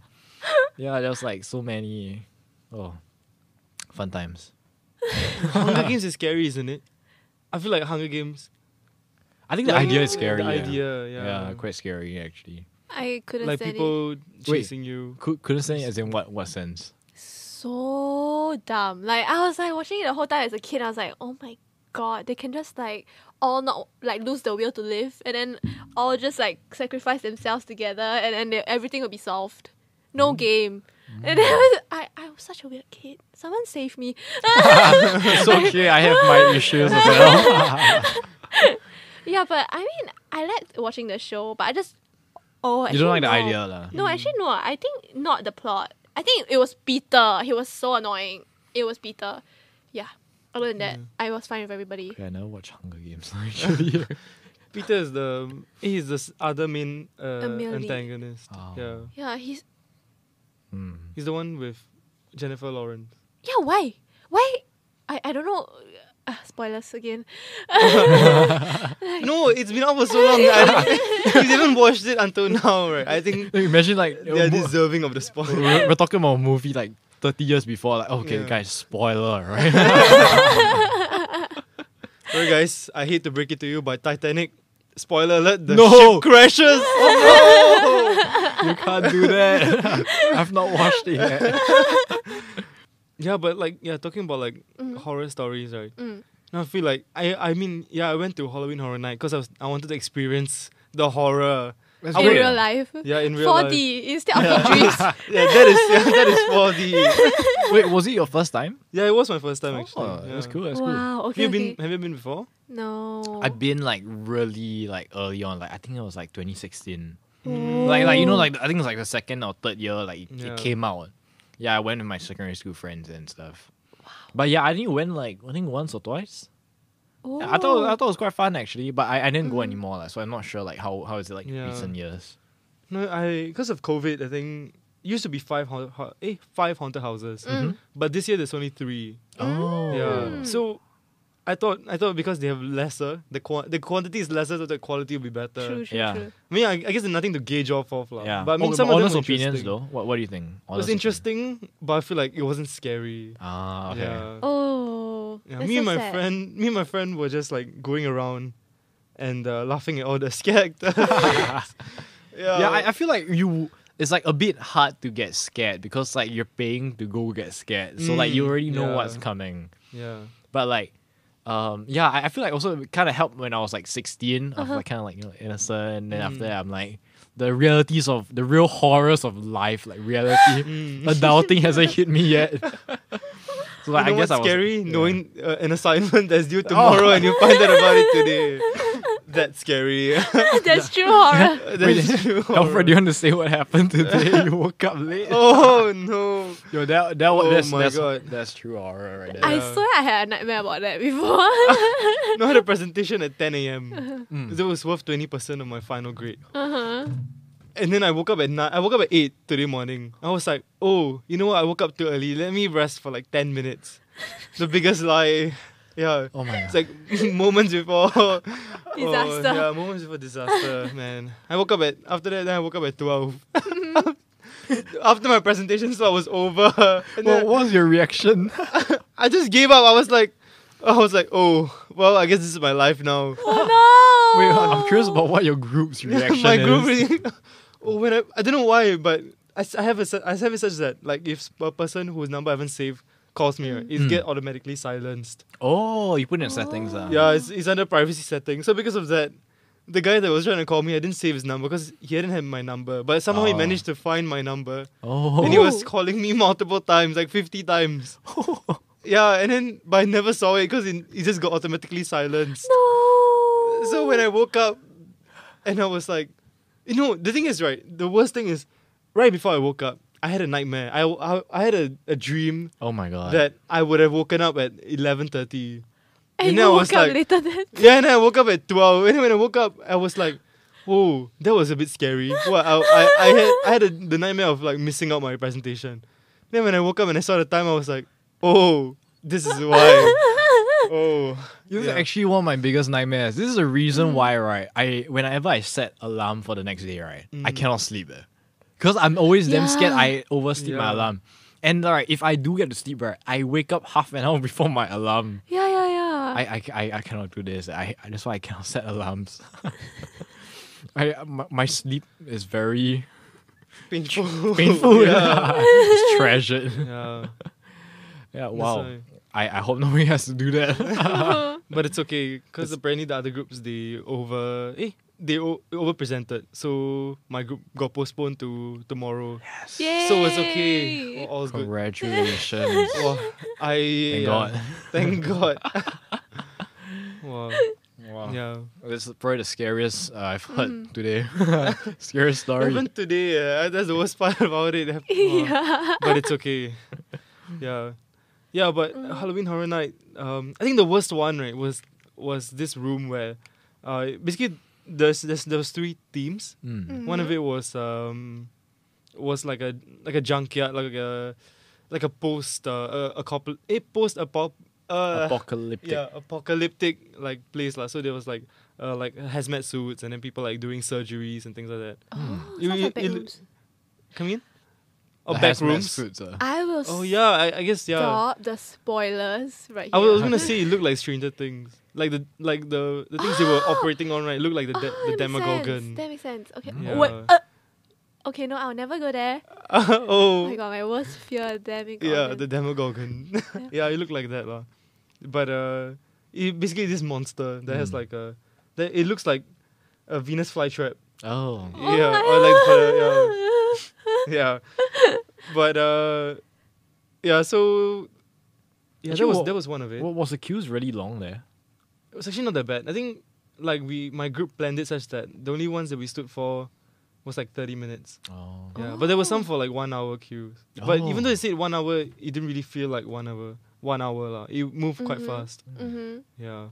S5: yeah, there was like so many. Oh, fun times.
S4: Hunger Games is scary, isn't it? I feel like Hunger Games.
S5: I think the idea is scary.
S4: The
S5: yeah.
S4: idea, yeah.
S5: Yeah, quite scary actually.
S6: I couldn't
S4: like
S6: stand it.
S4: people chasing you.
S5: Could, couldn't say as in what what sense?
S6: So dumb. Like I was like watching it the whole time as a kid. I was like, oh my god, they can just like all not like lose the will to live, and then all just like sacrifice themselves together, and then they, everything will be solved. No
S5: Mm.
S6: game. And *laughs* then I, was, I, I was such a weird kid. Someone save
S5: *laughs*
S6: me.
S5: it's okay. I have my issues as well.
S6: *laughs* yeah, but I mean, I liked watching the show, but I just oh,
S5: you don't
S6: actually,
S5: like the
S6: no.
S5: idea, lah.
S4: Mm.
S6: No, actually, no. I think not the plot. I think it was Peter. He was so annoying. It was Peter. Yeah. Other than
S4: Mm.
S6: that, I was fine with everybody.
S5: Okay, I never watch Hunger Games *laughs* actually.
S4: Peter is the he's the s- other main uh,
S6: Amelie.
S4: antagonist.
S5: Oh.
S4: Yeah,
S6: Yeah, he's.
S5: Hmm.
S4: he's the one with Jennifer Lawrence.
S6: Yeah, why? Why? I, I don't know. Uh, spoilers again.
S4: No, it's been out for so long. I, you didn't watch it until now, right? I think
S5: No, imagine like
S4: they are deserving of the
S5: *laughs*
S4: spoiler.
S5: we're, we're talking about a movie like 30 years before. Like, okay,
S4: Yeah.
S5: guys,
S4: *laughs*
S5: spoiler, right?
S4: Alright, guys, I hate to break it to you, but Titanic, spoiler alert, the
S5: No.
S4: ship crashes. Oh
S5: *laughs*
S4: no!
S5: you can't do that. *laughs* I've not watched it yet.
S4: Yeah, but like, yeah, talking about like horror stories, right?
S6: Mm.
S4: Now I feel like I, I mean, yeah, I went to Halloween Horror Night because I was, I wanted to experience the horror.
S5: That's
S4: I
S6: in
S4: would-
S6: real life.
S4: Yeah, in real
S6: 4D
S4: life. *laughs*
S6: instead of the dreams.
S4: Yeah, that is yeah, *laughs* that is 4D.
S5: Wait, was it your first time?
S4: Yeah, it was my first time actually.
S5: Oh, that's
S4: yeah.
S5: cool. That's cool.
S6: Wow.
S4: Have
S6: Okay.
S4: you
S6: okay.
S4: been? Have you been before?
S6: No.
S5: I've been like really like early on. Like I think it was like 2016. Like like you know like I think it was like the second or third year like it,
S4: Yeah.
S5: it came out. Yeah, I went with my secondary school friends and stuff. But yeah, I think it went like I think once or twice.
S6: Oh.
S5: Yeah, I thought I thought it was quite fun actually, but I, I didn't go anymore, like, so I'm not sure like how how is it like in
S4: Yeah.
S5: recent years.
S4: No, I because of COVID, I think used to be five haunted, eh, five haunted
S6: Mm.
S4: houses,
S6: Mm-hmm.
S4: but this year there's only three.
S5: Oh
S4: Yeah, so I thought I thought because they have lesser, the qua- the quantity is lesser, so the quality will be better.
S6: True. True.
S5: Yeah.
S6: True.
S4: I mean, I, I guess there's nothing to gauge off of, lah.
S5: yeah.
S4: But I mean,
S5: Oh,
S4: some
S5: but
S4: of them
S5: honest
S4: were
S5: opinions
S4: interesting.
S5: though. What what do you think?
S4: It
S5: Honest
S4: was
S5: opinion.
S4: interesting, but I feel like it wasn't scary.
S5: Ah, okay.
S4: Yeah.
S6: Oh.
S4: Yeah,
S6: that's
S4: me
S6: so
S4: and my
S6: sad.
S4: friend, me and my friend were just like going around and uh, laughing at all the *laughs* scare actors.
S5: *laughs*
S4: yeah,
S5: Yeah, I, I feel like you. It's like a bit hard to get scared because like you're paying to go get scared, so like you
S4: Mm,
S5: already know
S4: yeah.
S5: what's coming.
S4: yeah.
S5: But like, um, yeah, I, I feel like also it kind of helped when I was like 16. I was
S4: Uh-huh.
S5: like kind of like you know innocent, and then
S4: Mm.
S5: after that I'm like the realities of the real horrors of life, like reality.
S4: *laughs*
S5: Adulting hasn't hit me yet. so like,
S4: Mm. you know
S5: I guess I
S4: what's
S5: was
S4: scary?
S5: yeah. Oh.
S4: Knowing uh, an assignment that's
S5: *laughs*
S4: due tomorrow and you find out about it today. That's scary.
S6: *laughs*
S4: *laughs*
S6: That's true horror.
S4: that's true.
S5: *laughs* Alfred, do you want to say what happened
S4: *laughs*
S5: today? you woke up late.
S4: Oh no.
S5: Yo, that that
S4: Oh
S5: that's,
S4: my
S5: that's,
S4: God.
S5: that's true horror right there.
S6: I
S4: Yeah.
S6: swear I had a nightmare about that before.
S4: *laughs* No, I had a presentation at 10
S5: *laughs*
S4: a.m.
S5: Mm.
S4: That was worth 20% of my final grade.
S6: *laughs* uh-huh.
S4: And then I woke up at nine. I woke up at eight today morning. I was like, oh, you know what? I woke up too early. Let me rest for like ten minutes. The biggest lie. Yeah.
S5: oh my god.
S4: It's like *laughs* moments before oh,
S6: Disaster.
S4: yeah, moments before disaster, man. I woke up at after that. Then I woke up at twelve. *laughs* after my presentation slot was over, *laughs* and then
S5: Well, what was your
S4: *laughs*
S5: reaction? *laughs*
S4: I just gave up. I was like, I was like, oh, well, I guess this is my life now. *laughs*
S5: *laughs*
S6: Oh
S5: Wait,
S6: no.
S5: I'm curious about what your group's reaction
S4: my
S5: is.
S4: group really. *laughs* oh, when I, I don't know why, but I, s- I have a se- I have it such that like if a person whose number I haven't saved calls me, right, it
S5: Mm.
S4: get automatically silenced.
S5: Oh, you put in settings, ah.
S4: Yeah, it's, it's under privacy settings. So because of that, the guy that was trying to call me, I didn't save his number because he hadn't had my number. But somehow he
S5: Oh.
S4: managed to find my number,
S5: Oh.
S4: and he was
S6: Oh.
S4: calling me multiple times, like fifty times. yeah, and then but I never saw it because it, it just got automatically silenced.
S6: No.
S4: So when I woke up and I was like, you know, the thing is, right? The worst thing is, right before I woke up, I had a nightmare. I, I, I had a, a dream
S5: oh my god.
S4: that I would have woken up at 11.30.
S6: and
S4: and
S6: you
S4: I
S6: woke
S4: was
S6: up
S4: like-
S6: later then.
S4: Yeah, and then I woke up at 12. And then when I woke up, I was like, oh, that was a bit scary. What, I, I, I had, I had a, the nightmare of like missing out my presentation. Then when I woke up and I saw the time, I was like, oh, this is
S5: *laughs*
S4: why. Oh.
S5: This is
S4: yeah.
S5: actually one of my biggest nightmares. This is the reason why, right? I whenever I set alarm for the next day, right, I cannot sleep, because I'm always damn scared
S6: Yeah.
S5: I oversleep my
S4: Mm. Yeah.
S5: alarm. And right, if I do get to sleep, right, I wake up half an hour *laughs* before my alarm.
S6: *laughs* Yeah, yeah, yeah.
S5: I,
S6: Eh,
S5: I, I, I cannot do this. I I- that's why I cannot *laughs* set alarms. I my, my sleep is very
S4: *laughs* Painful.
S5: *laughs* painful.
S4: *laughs*
S5: it's treasured.
S4: yeah.
S5: Yeah, wow.
S4: why.
S5: I, I hope nobody has to do that.
S4: *laughs* But it's okay because apparently the other groups they over eh they o- over presented, so my group got postponed to tomorrow.
S6: Yay.
S4: So it's okay. All- All's good. *laughs*
S5: Congratulations.
S4: Wow,
S5: Thank
S4: I yeah.
S5: God.
S4: *laughs* Thank God. wow.
S5: Wow.
S4: Yeah.
S5: This is probably the scariest uh, I've heard today. *laughs* scariest story.
S4: Even today, uh, that's the worst part about it. Wow.
S6: Yeah.
S4: But it's okay. Yeah. Yeah, but Halloween Horror Night. Um, I think the worst one right was was this room where, uh, basically there's there's there was three themes.
S5: Mm.
S4: One of it was um was like a like a junkyard, like a like a post uh, a, a couple a post uh,
S5: Apocalyptic.
S4: yeah, apocalyptic like place lah. So there was like uh, like hazmat suits and then people like doing surgeries and things like that.
S5: Hmm.
S6: Oh,
S4: You-
S6: sounds
S4: you-
S6: like
S4: you-
S6: bedrooms.
S4: Come in?
S5: The
S4: Or Oh, back
S5: hazmat
S4: rooms?
S5: suits, uh.
S6: I will
S4: Oh yeah, I, I guess yeah.
S6: stop the spoilers right here.
S4: I was
S6: *laughs*
S4: gonna say it looked like Stranger Things, like the like the the things they
S6: *gasps*
S4: were operating on, right? Looked like the
S6: oh,
S4: de- the
S6: that makes sense.
S4: Demogorgon.
S6: That makes sense. Okay.
S4: Yeah. *laughs*
S6: Wait, uh, okay, no, I'll never go there. Oh
S4: oh,
S6: my god, my worst fear, Demogorgon.
S4: yeah, the Demogorgon. *laughs* yeah, it looked like that lah. But uh, it, basically this monster that
S5: Mm.
S4: has like a, that it looks like a Venus flytrap.
S5: Oh.
S4: yeah, or like the, *laughs* yeah, yeah. But uh, yeah, so yeah,
S5: Actually,
S4: that was
S5: what-
S4: that was one of it.
S5: What was the queues really long there?
S4: It was actually not that bad. I think like we my group planned it such that the only ones that we stood for was like thirty minutes.
S5: Oh.
S4: Yeah, but there were some for like one hour queues. But even though it said one hour, it didn't really feel like one hour. One hour lah. It moved quite
S6: Mhm.
S4: fast.
S6: *laughs* Mm-hmm.
S4: Yeah,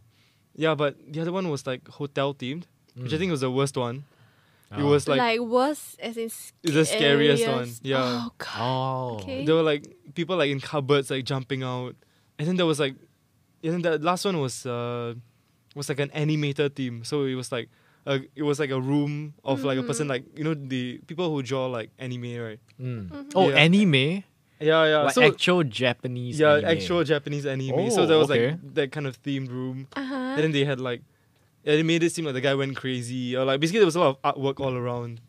S4: yeah. But the other one was like hotel themed, which I
S5: Mm.
S4: think was the worst one. It
S5: Oh.
S4: was
S6: Like,
S4: like,
S6: worst as in scariest.
S4: it's the scariest one. Yeah,
S6: Oh god.
S5: Oh.
S6: Okay.
S4: there were like people like in cupboards like jumping out, and then there was like, and then the last one was uh, was like an animator theme. So it was like. A, it was like a room of like a person like you know the people who draw like anime right
S5: Mm. Oh,
S4: Yeah.
S5: anime.
S4: yeah yeah
S5: like
S4: so
S5: actual Japanese.
S4: yeah,
S5: anime.
S4: actual Japanese anime. so
S5: Oh,
S4: there was
S5: okay.
S4: like that kind of themed room,
S6: Uh-huh.
S4: and then they had like, yeah, they made it seem like the guy went crazy, or like basically there was a lot of artwork all around.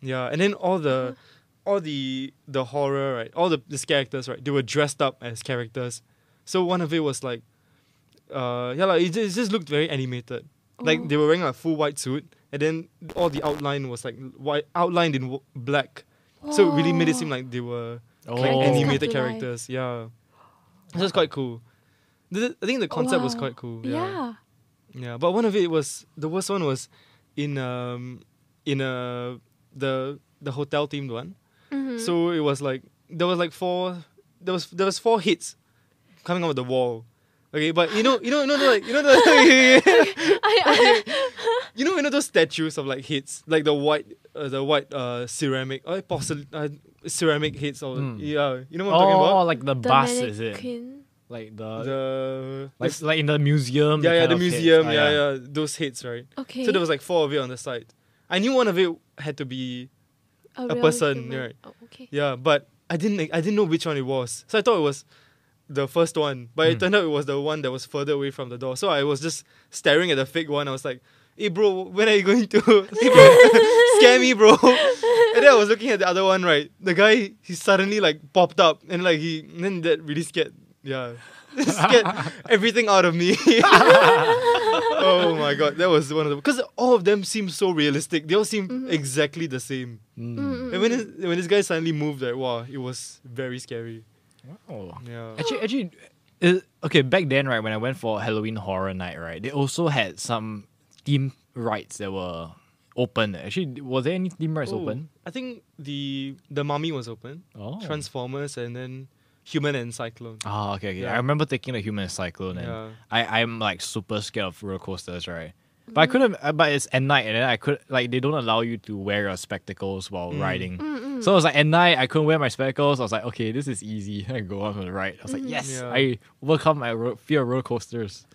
S4: Yeah, and then all the, all the the horror right, all the these characters right, they were dressed up as characters. So one of it was like, uh, yeah, like it just, it just looked very animated. Like they were wearing a full white suit, and then all the outline was like white outlined in w- black. So it really made it seem like they were
S5: Oh.
S4: like
S6: Characters
S4: animated
S6: come to life.
S4: characters. Yeah, this is quite cool. Th- I think the concept was
S6: Wow.
S4: quite cool. Yeah.
S6: Yeah.
S4: Yeah, but one of it was the worst one was in um in uh the the hotel themed one.
S6: Mhm.
S4: So it was like there was like four there was there was four hits coming out of the wall. Okay, but you know you know you know like *laughs* you know the *laughs*
S6: I,
S4: you know you know those statues of like hits like the white uh, the white uh ceramic or porcelain uh, ceramic hits or
S5: Mm.
S4: yeah you
S5: Oh,
S4: know what I'm talking about
S5: oh, like the,
S6: I,
S5: bus
S6: the
S5: is it?
S6: mannequin.
S5: Like the, Uh,
S4: the
S5: like like in the museum.
S4: yeah, yeah,
S5: kind
S4: the
S5: of hits.
S4: museum,
S5: Ah,
S4: yeah, yeah, those hits, right?
S6: Okay.
S4: So there was like four of it on the side. I knew one of it had to be, a
S6: real
S4: person,
S6: human.
S4: right.
S6: Oh, okay.
S4: yeah, but I didn't, I didn't know which one it was. So I thought it was the first one, but it
S5: Mm.
S4: turned out it was the one that was further away from the door. So I was just staring at the fake one. I was like, "Hey, bro, when are you going to *laughs* scare me, bro?" And then I was looking at the other one, right? The guy, he suddenly like popped up, and like he, and then that really scared, yeah, *laughs* scared everything out of me. *laughs* oh my god, that was one of the because all of them seem so realistic. They all seem exactly the same.
S5: Mm.
S4: And when this, when this guy suddenly moved, like wow, it was very scary.
S5: Wow.
S4: Yeah.
S5: Oh. Actually, actually, uh, okay. Back then, right when I went for Halloween Horror Night, right, they also had some theme rides that were open. Actually, was there any theme rides
S4: Oh,
S5: open?
S4: I think the the mummy was open.
S5: Oh.
S4: Transformers and then Human and Cyclone.
S5: Ah, okay, okay.
S4: Yeah.
S5: I remember taking the human cyclone, and
S4: Yeah.
S5: I I'm like super scared of roller coasters, right? But I couldn't. uh, But it's at night, and then I could like they don't allow you to wear your spectacles while
S4: Mm.
S5: riding. So I was like at night, I couldn't wear my spectacles. I was like, okay, this is easy. *laughs* I go on the ride. I was like, yes,
S4: Yeah.
S5: I overcome my ro- fear of roller coasters.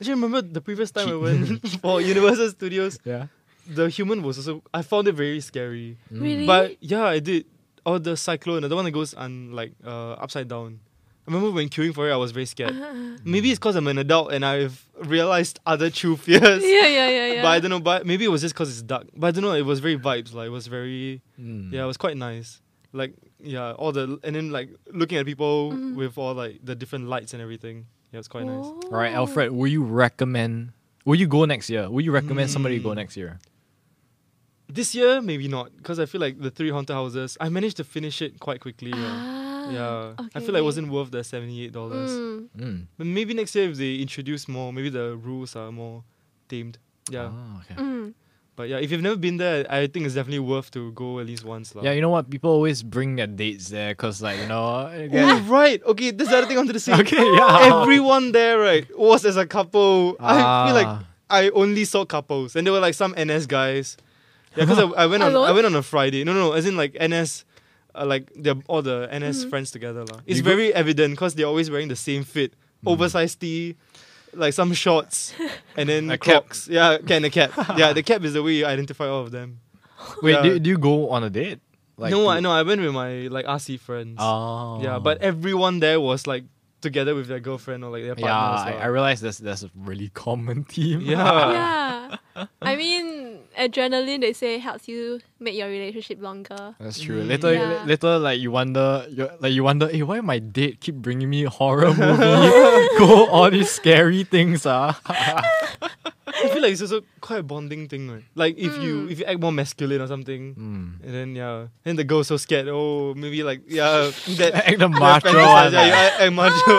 S4: Actually, remember the previous time I went *laughs* for Universal Studios,
S5: Yeah.
S4: the human was also. I found it very scary.
S6: Really?
S4: Mm. But yeah, I did. Or the cyclone, the one that goes on like uh, upside down. I remember when queuing for it, I was very
S6: *laughs*
S4: scared. Maybe it's because I'm an adult and I've realized other true fears.
S6: *laughs* yeah, yeah, yeah, yeah.
S4: But I don't know. But maybe it was just because it's dark. But I don't know. It was very vibes. Like it was very.
S5: Mm.
S4: Yeah, it was quite nice. Like yeah, all the and then like looking at people
S6: Mm-hmm.
S4: with all like the different lights and everything. Yeah, it's
S6: Oh.
S4: quite nice.
S5: All right, Alfred, will you recommend? Will you go next year? Will you recommend somebody go
S4: Mm.
S5: next year?
S4: This year maybe not because I feel like the three haunted houses. I managed to finish it quite quickly. Yeah,
S6: Ah,
S4: yeah. I feel
S6: okay.
S4: like it wasn't worth the seventy eight dollars.
S6: Mm.
S5: Mm.
S4: But maybe next year if they introduce more, maybe the rules are more tamed. Yeah,
S5: Ah, okay.
S6: Mm.
S4: but yeah, if you've never been there, I think it's definitely worth to go at least once. lah.
S5: Yeah, you know what? People always bring their dates there because, like, you know.
S4: Oh,
S5: yeah.
S4: right. Okay, this is the other thing I wanted to say.
S5: *laughs* Okay, yeah.
S4: Everyone there, right, was as a couple. I feel like
S5: Ah.
S4: I only saw couples, and there were like some NS guys. Yeah, because I, I went on I
S6: Alone?
S4: went on a Friday. No, no, no as in like NS, uh, like they're all the NS friends together, lah. It's
S5: You go- Mm.
S4: very evident because they're always wearing the same fit. oversized tee, like some shorts, and then
S5: A cap.
S4: Crocs. Yeah, can the cap. yeah, the cap is the way you identify all of them.
S5: Wait,
S4: Yeah.
S5: do, do you go on a date? Like
S4: no,
S5: to-
S4: I no, I went with my like RC friends.
S5: Oh.
S4: Yeah, but everyone there was like together with their girlfriend or like their partner.
S5: yeah, I,
S4: as
S5: I
S4: well.
S5: realize that's that's a really common *laughs* theme.
S4: yeah.
S6: yeah. *laughs* I mean, adrenaline, they say, helps you make your relationship longer.
S5: That's true. Later,
S6: Yeah.
S5: later, like you wonder, you like you wonder, hey, why my date keep bringing me
S4: *laughs*
S5: horror movie, go all these scary things, ah.
S4: I feel like it's also quite a bonding thing, right? Like if you if you act more masculine or something,
S5: Mm. Hmm.
S4: and then yeah, then the girl's so scared. Oh, maybe like
S5: *laughs*
S4: yeah, that
S5: Act the
S4: that
S5: macho
S4: fantasize,
S5: one.
S4: yeah, you
S5: ah.
S4: act, act macho,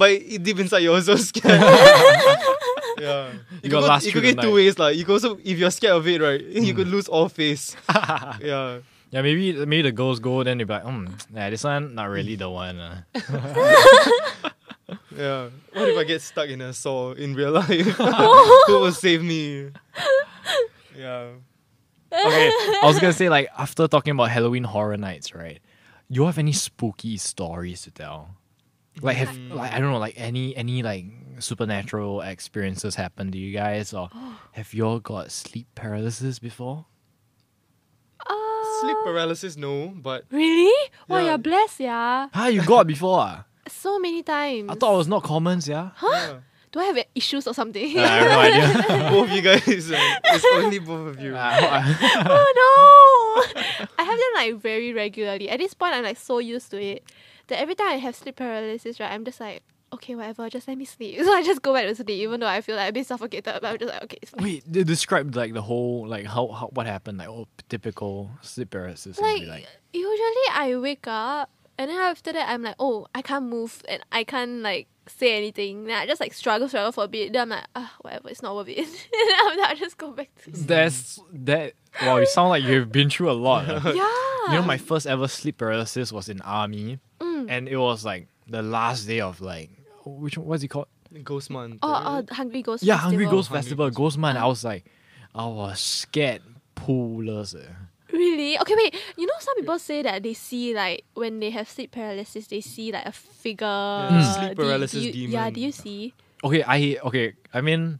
S4: but i- deep inside you're also
S5: *laughs*
S4: scared. *laughs* yeah, you, could
S5: got
S4: go-
S5: last
S4: You
S5: through the
S4: could get two
S5: night.
S4: ways, like you could also if you're scared of it, right? *laughs* You
S5: Mm.
S4: could lose all face. yeah,
S5: ah. *laughs* Yeah, maybe maybe the girls go, then they're like, hmm, yeah, this one not really the one. ah."
S4: yeah. What if I get stuck in a saw in real
S6: *laughs*
S4: life? *laughs* Who will save me? Yeah.
S5: okay, I was gonna say like after talking about Halloween horror nights, right? Do you have any spooky stories to tell? Like have like I don't know, like any any like supernatural experiences happen to you guys, or have you all got sleep paralysis before?
S4: Sleep paralysis, no, but
S6: Really? Wow,
S4: Yeah.
S6: you're blessed, yeah.
S5: Huh, you got before? ah?
S6: So many times.
S5: I thought it was not common, yeah.
S4: yeah.
S6: Do I have uh, issues or something?
S5: I
S6: *laughs*
S5: have no idea.
S4: both you guys. uh, it's only both of you.
S6: oh no! *laughs* I have them like very regularly. At this point, I'm like so used to it that every time I have sleep paralysis, right, I'm just like, okay, whatever, just let me sleep. *laughs* So I just go back to sleep, even though I feel like a bit suffocated, but I'm just like, okay, it's
S5: *laughs*
S6: fine.
S5: Wait, they described like the whole like how, how what happened like oh typical sleep paralysis. and
S6: like,
S5: be like
S6: usually I wake up and then after that I'm like, oh, I can't move and I can't like say anything. Then I just like struggle, struggle for a bit. Then I'm like, ah, whatever, it's not worth it. *laughs* and then after that, I just go back to sleep.
S5: that's that. Wow, you sound like you've been through a lot. ah.
S6: yeah. Mm.
S5: You know, my first ever sleep paralysis was in army, and it was like the last day of like which one- what's it called?
S4: Ghost month.
S6: Oh,
S4: right?
S6: oh, Hungry Ghost
S5: Yeah,
S6: Festival.
S5: Hungry Ghost
S4: Hungry
S5: Festival, Ghost Month. I was like, I was scared, poolers. eh.
S6: Really? Okay, wait. You know, some people say that they see like when they have sleep paralysis, they see like a figure.
S4: sleep
S6: Do you-
S4: paralysis
S6: do you- Yeah.
S4: demon.
S6: Do you see?
S5: Okay, I okay. I mean,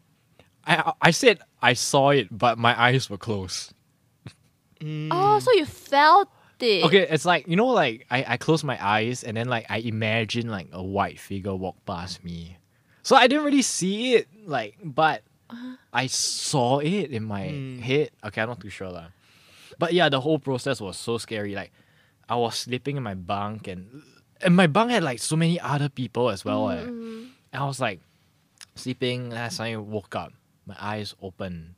S5: I I said I saw it, but my eyes were closed.
S4: Mm.
S6: Oh, so you felt it.
S5: Okay, it's like you know, like I I close my eyes and then like I imagine like a white figure walk past me, so I didn't really see it like, but I saw it in my
S4: Mm.
S5: head. Okay, I'm not too sure lah, but yeah, the whole process was so scary. Like I was sleeping in my bunk and and my bunk had like so many other people as well. eh. And I was like sleeping, and I suddenly woke up, my eyes open,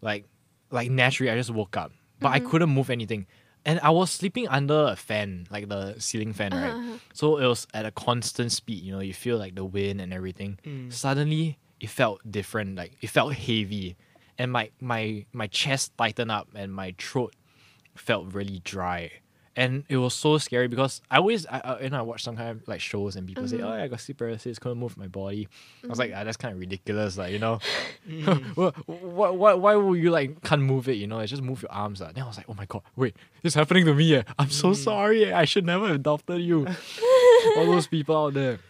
S5: like like naturally I just woke up, but I couldn't move anything. And I was sleeping under a fan, like the ceiling fan, right? So it was at a constant speed, you know, you feel like the wind and everything. Suddenly it felt different, like it felt heavy. And my my my chest tightened up and my throat felt really dry. And it was so scary because I always, I, I, you know, I watch some kind of like shows and people say, "Oh, I got sleep paralysis, couldn't move my body." I was like, ah, "That's kind of ridiculous, like you know, *laughs* what, what, why, why would you like can't move it? You know, like, just move your arms." Like. Then I was like, "Oh my god, wait, it's happening to me. Eh. I'm so sorry. Eh. I should never have doubted you." All those people out there.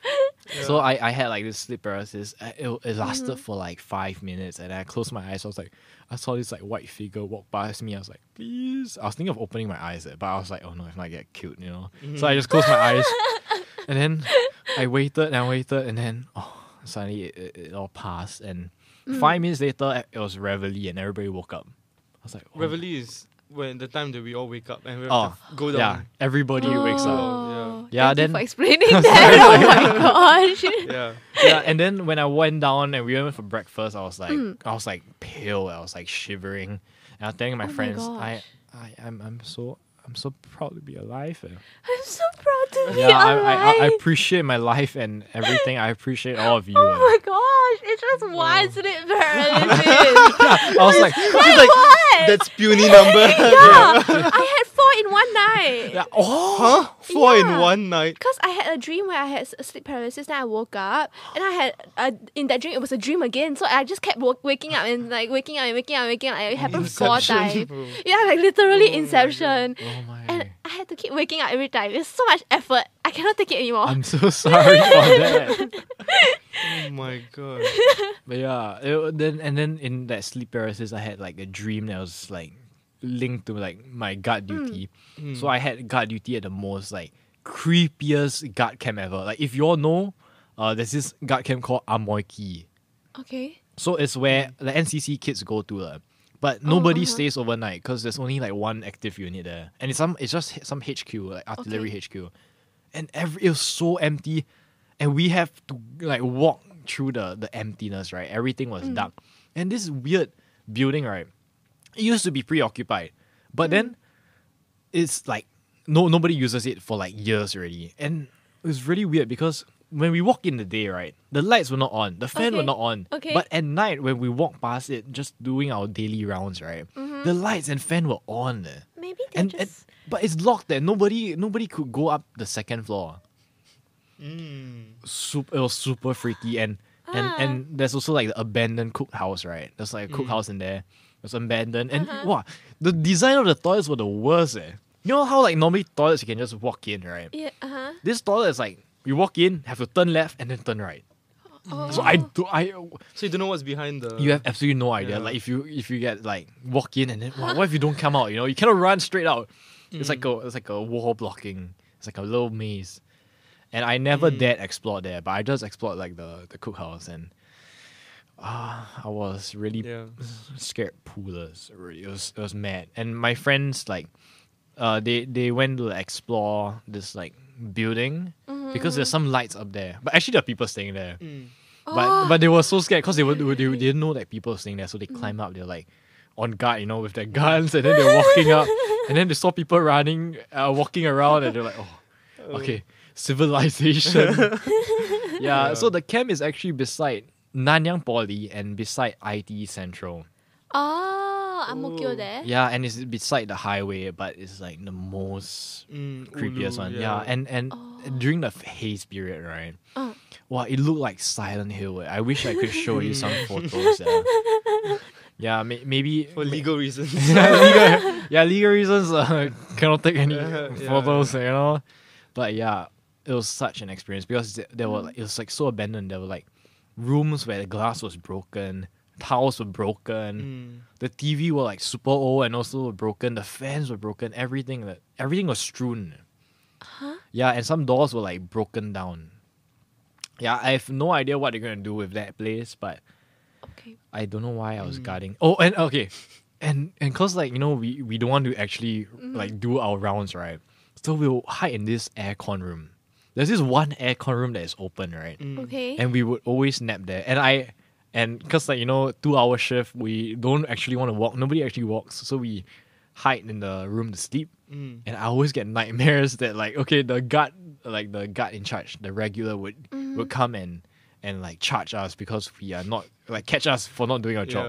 S5: So I, I had like this sleep paralysis. I- It, it lasted for like five minutes, and I closed my eyes. I was like, I saw this like white figure walk past me. I was like, please. I was thinking of opening my eyes, eh, but I was like, oh no, if not, I get killed, you know. So I just closed my eyes, and then I waited and I waited, and then oh, suddenly it, it, it all passed. And five minutes later, it was reveille, and everybody woke up. I was like, oh,
S4: Reveille is when the time that we all wake up and we have
S5: Oh,
S4: to go
S5: yeah,
S4: down.
S5: everybody wakes up.
S6: Oh,
S5: Yeah,
S6: thank you
S5: then-
S6: for
S5: *laughs*
S6: explaining that. oh my gosh. *laughs*
S4: *laughs* Yeah.
S5: yeah, and then when I went down and we went for breakfast, I was like,
S6: Hmm.
S5: I was like pale. I was like shivering, and I was telling my
S6: Oh my
S5: friends, I,
S6: gosh.
S5: I, I'm, I'm so, I'm so proud to be alive. eh."
S6: *laughs* I'm so proud to be
S5: Yeah, I, I, I- I *laughs*
S6: alive.
S5: appreciate my life and everything. I appreciate all of you.
S6: Oh
S5: eh."
S6: my gosh! It's just one sleep
S5: *laughs* eh.
S6: paralysis.
S5: I was like,
S4: It's like that's puny number.
S6: *laughs* yeah, I had four in one night.
S5: *laughs* yeah, oh,
S4: huh? Four
S6: Yeah.
S4: in one night.
S6: Because I had a dream where I had s- sleep paralysis, then I woke up, and I had uh, in that dream it was a dream again. So I just kept wo- waking up and like waking up and waking up and waking up. It happened
S5: *laughs*
S6: four
S4: Inception,
S6: times.
S4: bro.
S6: Yeah, like literally inception.
S5: oh my.
S6: And I I had to keep waking up every time. It's so much effort. I cannot take it anymore.
S5: I'm so sorry for that.
S4: *laughs* Oh my
S6: *laughs*
S4: god.
S5: But yeah, it, wa- then and then in that sleep paralysis, I had like a dream that was like linked to like my guard duty. So I had guard duty at the most like creepiest guard camp ever. Like if you all know, uh, there's this guard camp called Amoy Key.
S6: okay.
S5: So it's where the NCC kids go to lah. But nobody
S6: Mm. uh-huh.
S5: stays overnight because there's only like one active unit there, and it's some it's just h- some HQ like artillery HQ, and every it was so empty, and we have to like walk through the the emptiness right. Everything
S6: Mm.
S5: was dark, and this weird building right, it used to be preoccupied, but
S6: Mm.
S5: then it's like no nobody uses it for like years already, and it was really weird because when we walk in the day right, the lights were not on, the fan were
S6: Okay.
S5: not on,
S6: Okay.
S5: but at night when we walk past it, just doing our daily rounds, right? The lights and fan were on. eh.
S6: Mm-hmm. Maybe they
S5: And,
S6: just.
S5: and but it's locked there. Nobody nobody could go up the second floor.
S4: Mm.
S5: Sup- it was super freaky and and,
S6: Ah.
S5: and there's also like the abandoned cookhouse, right? There's like a cookhouse in there. It's abandoned and
S6: Uh-huh.
S5: wow, the design of the toilets were the worst. Eh. You know how like normally toilets you can just walk in, right?
S6: yeah. Uh huh.
S5: This toilet is like you walk in, have to turn left and then turn right.
S6: Oh,
S5: So I do I
S4: So you don't know what's behind the.
S5: you have absolutely no idea.
S4: Yeah.
S5: Like if you if you get like walk in and then what, what if you don't come out? You know you cannot run straight out. It's like a it's like a wall blocking. It's like a little maze, and I never dared explore there. But I just explored like the the cookhouse and. Uh, I was really
S4: Yeah.
S5: scared poolers. Really, it was it was mad. And my friends like, uh, they they went to explore this like building because there's some lights up there. But actually, there are people staying there. But but they were so scared because they were they, they didn't know that people were staying there, so they climbed up. They're like on guard, you know, with their guns, and then they're walking up, and then they saw people running, uh, walking around, and they're like, oh, okay, civilization. yeah, So the camp is actually beside Nanyang Poly and beside IT Central.
S6: Oh, I'm okay there.
S5: Yeah, and it's beside the highway, but it's like the most
S4: Mm,
S5: creepiest
S4: Ulu,
S5: one. Yeah, and and during the f- haze period, right?
S6: Uh.
S5: Wow, it looked like Silent Hill. eh. I wish I could show you
S4: *laughs*
S5: some photos. eh. Yeah, may- maybe
S4: for legal reasons. *laughs*
S5: yeah, *laughs* legal, yeah, legal reasons. Uh, *laughs* cannot take any
S4: Uh-huh, Yeah, yeah.
S5: photos, you know. But yeah, it was such an experience because th- there were like, it was like so abandoned. There were like rooms where the glass was broken, tiles were
S4: Mm.
S5: broken, the TV were like super old and also were broken. The fans were broken. Everything that everything was strewn. Yeah, and some doors were like broken down. Yeah, I have no idea what they're gonna do with that place, but
S6: Okay.
S5: I don't know why I was guarding. Oh, and okay, and and cause like you know we we don't want to actually like do our rounds right, so we'll hide in this aircon room. There's this one aircon room that is open, right?
S6: Okay.
S5: And we would always nap there. And I and cause like you know two hour shift, we don't actually want to walk. Nobody actually walks, so we hide in the room to sleep. And I always get *laughs* nightmares that like okay the guard like the guard in charge the regular would would come and and like charge us because we are not like catch us for not doing our job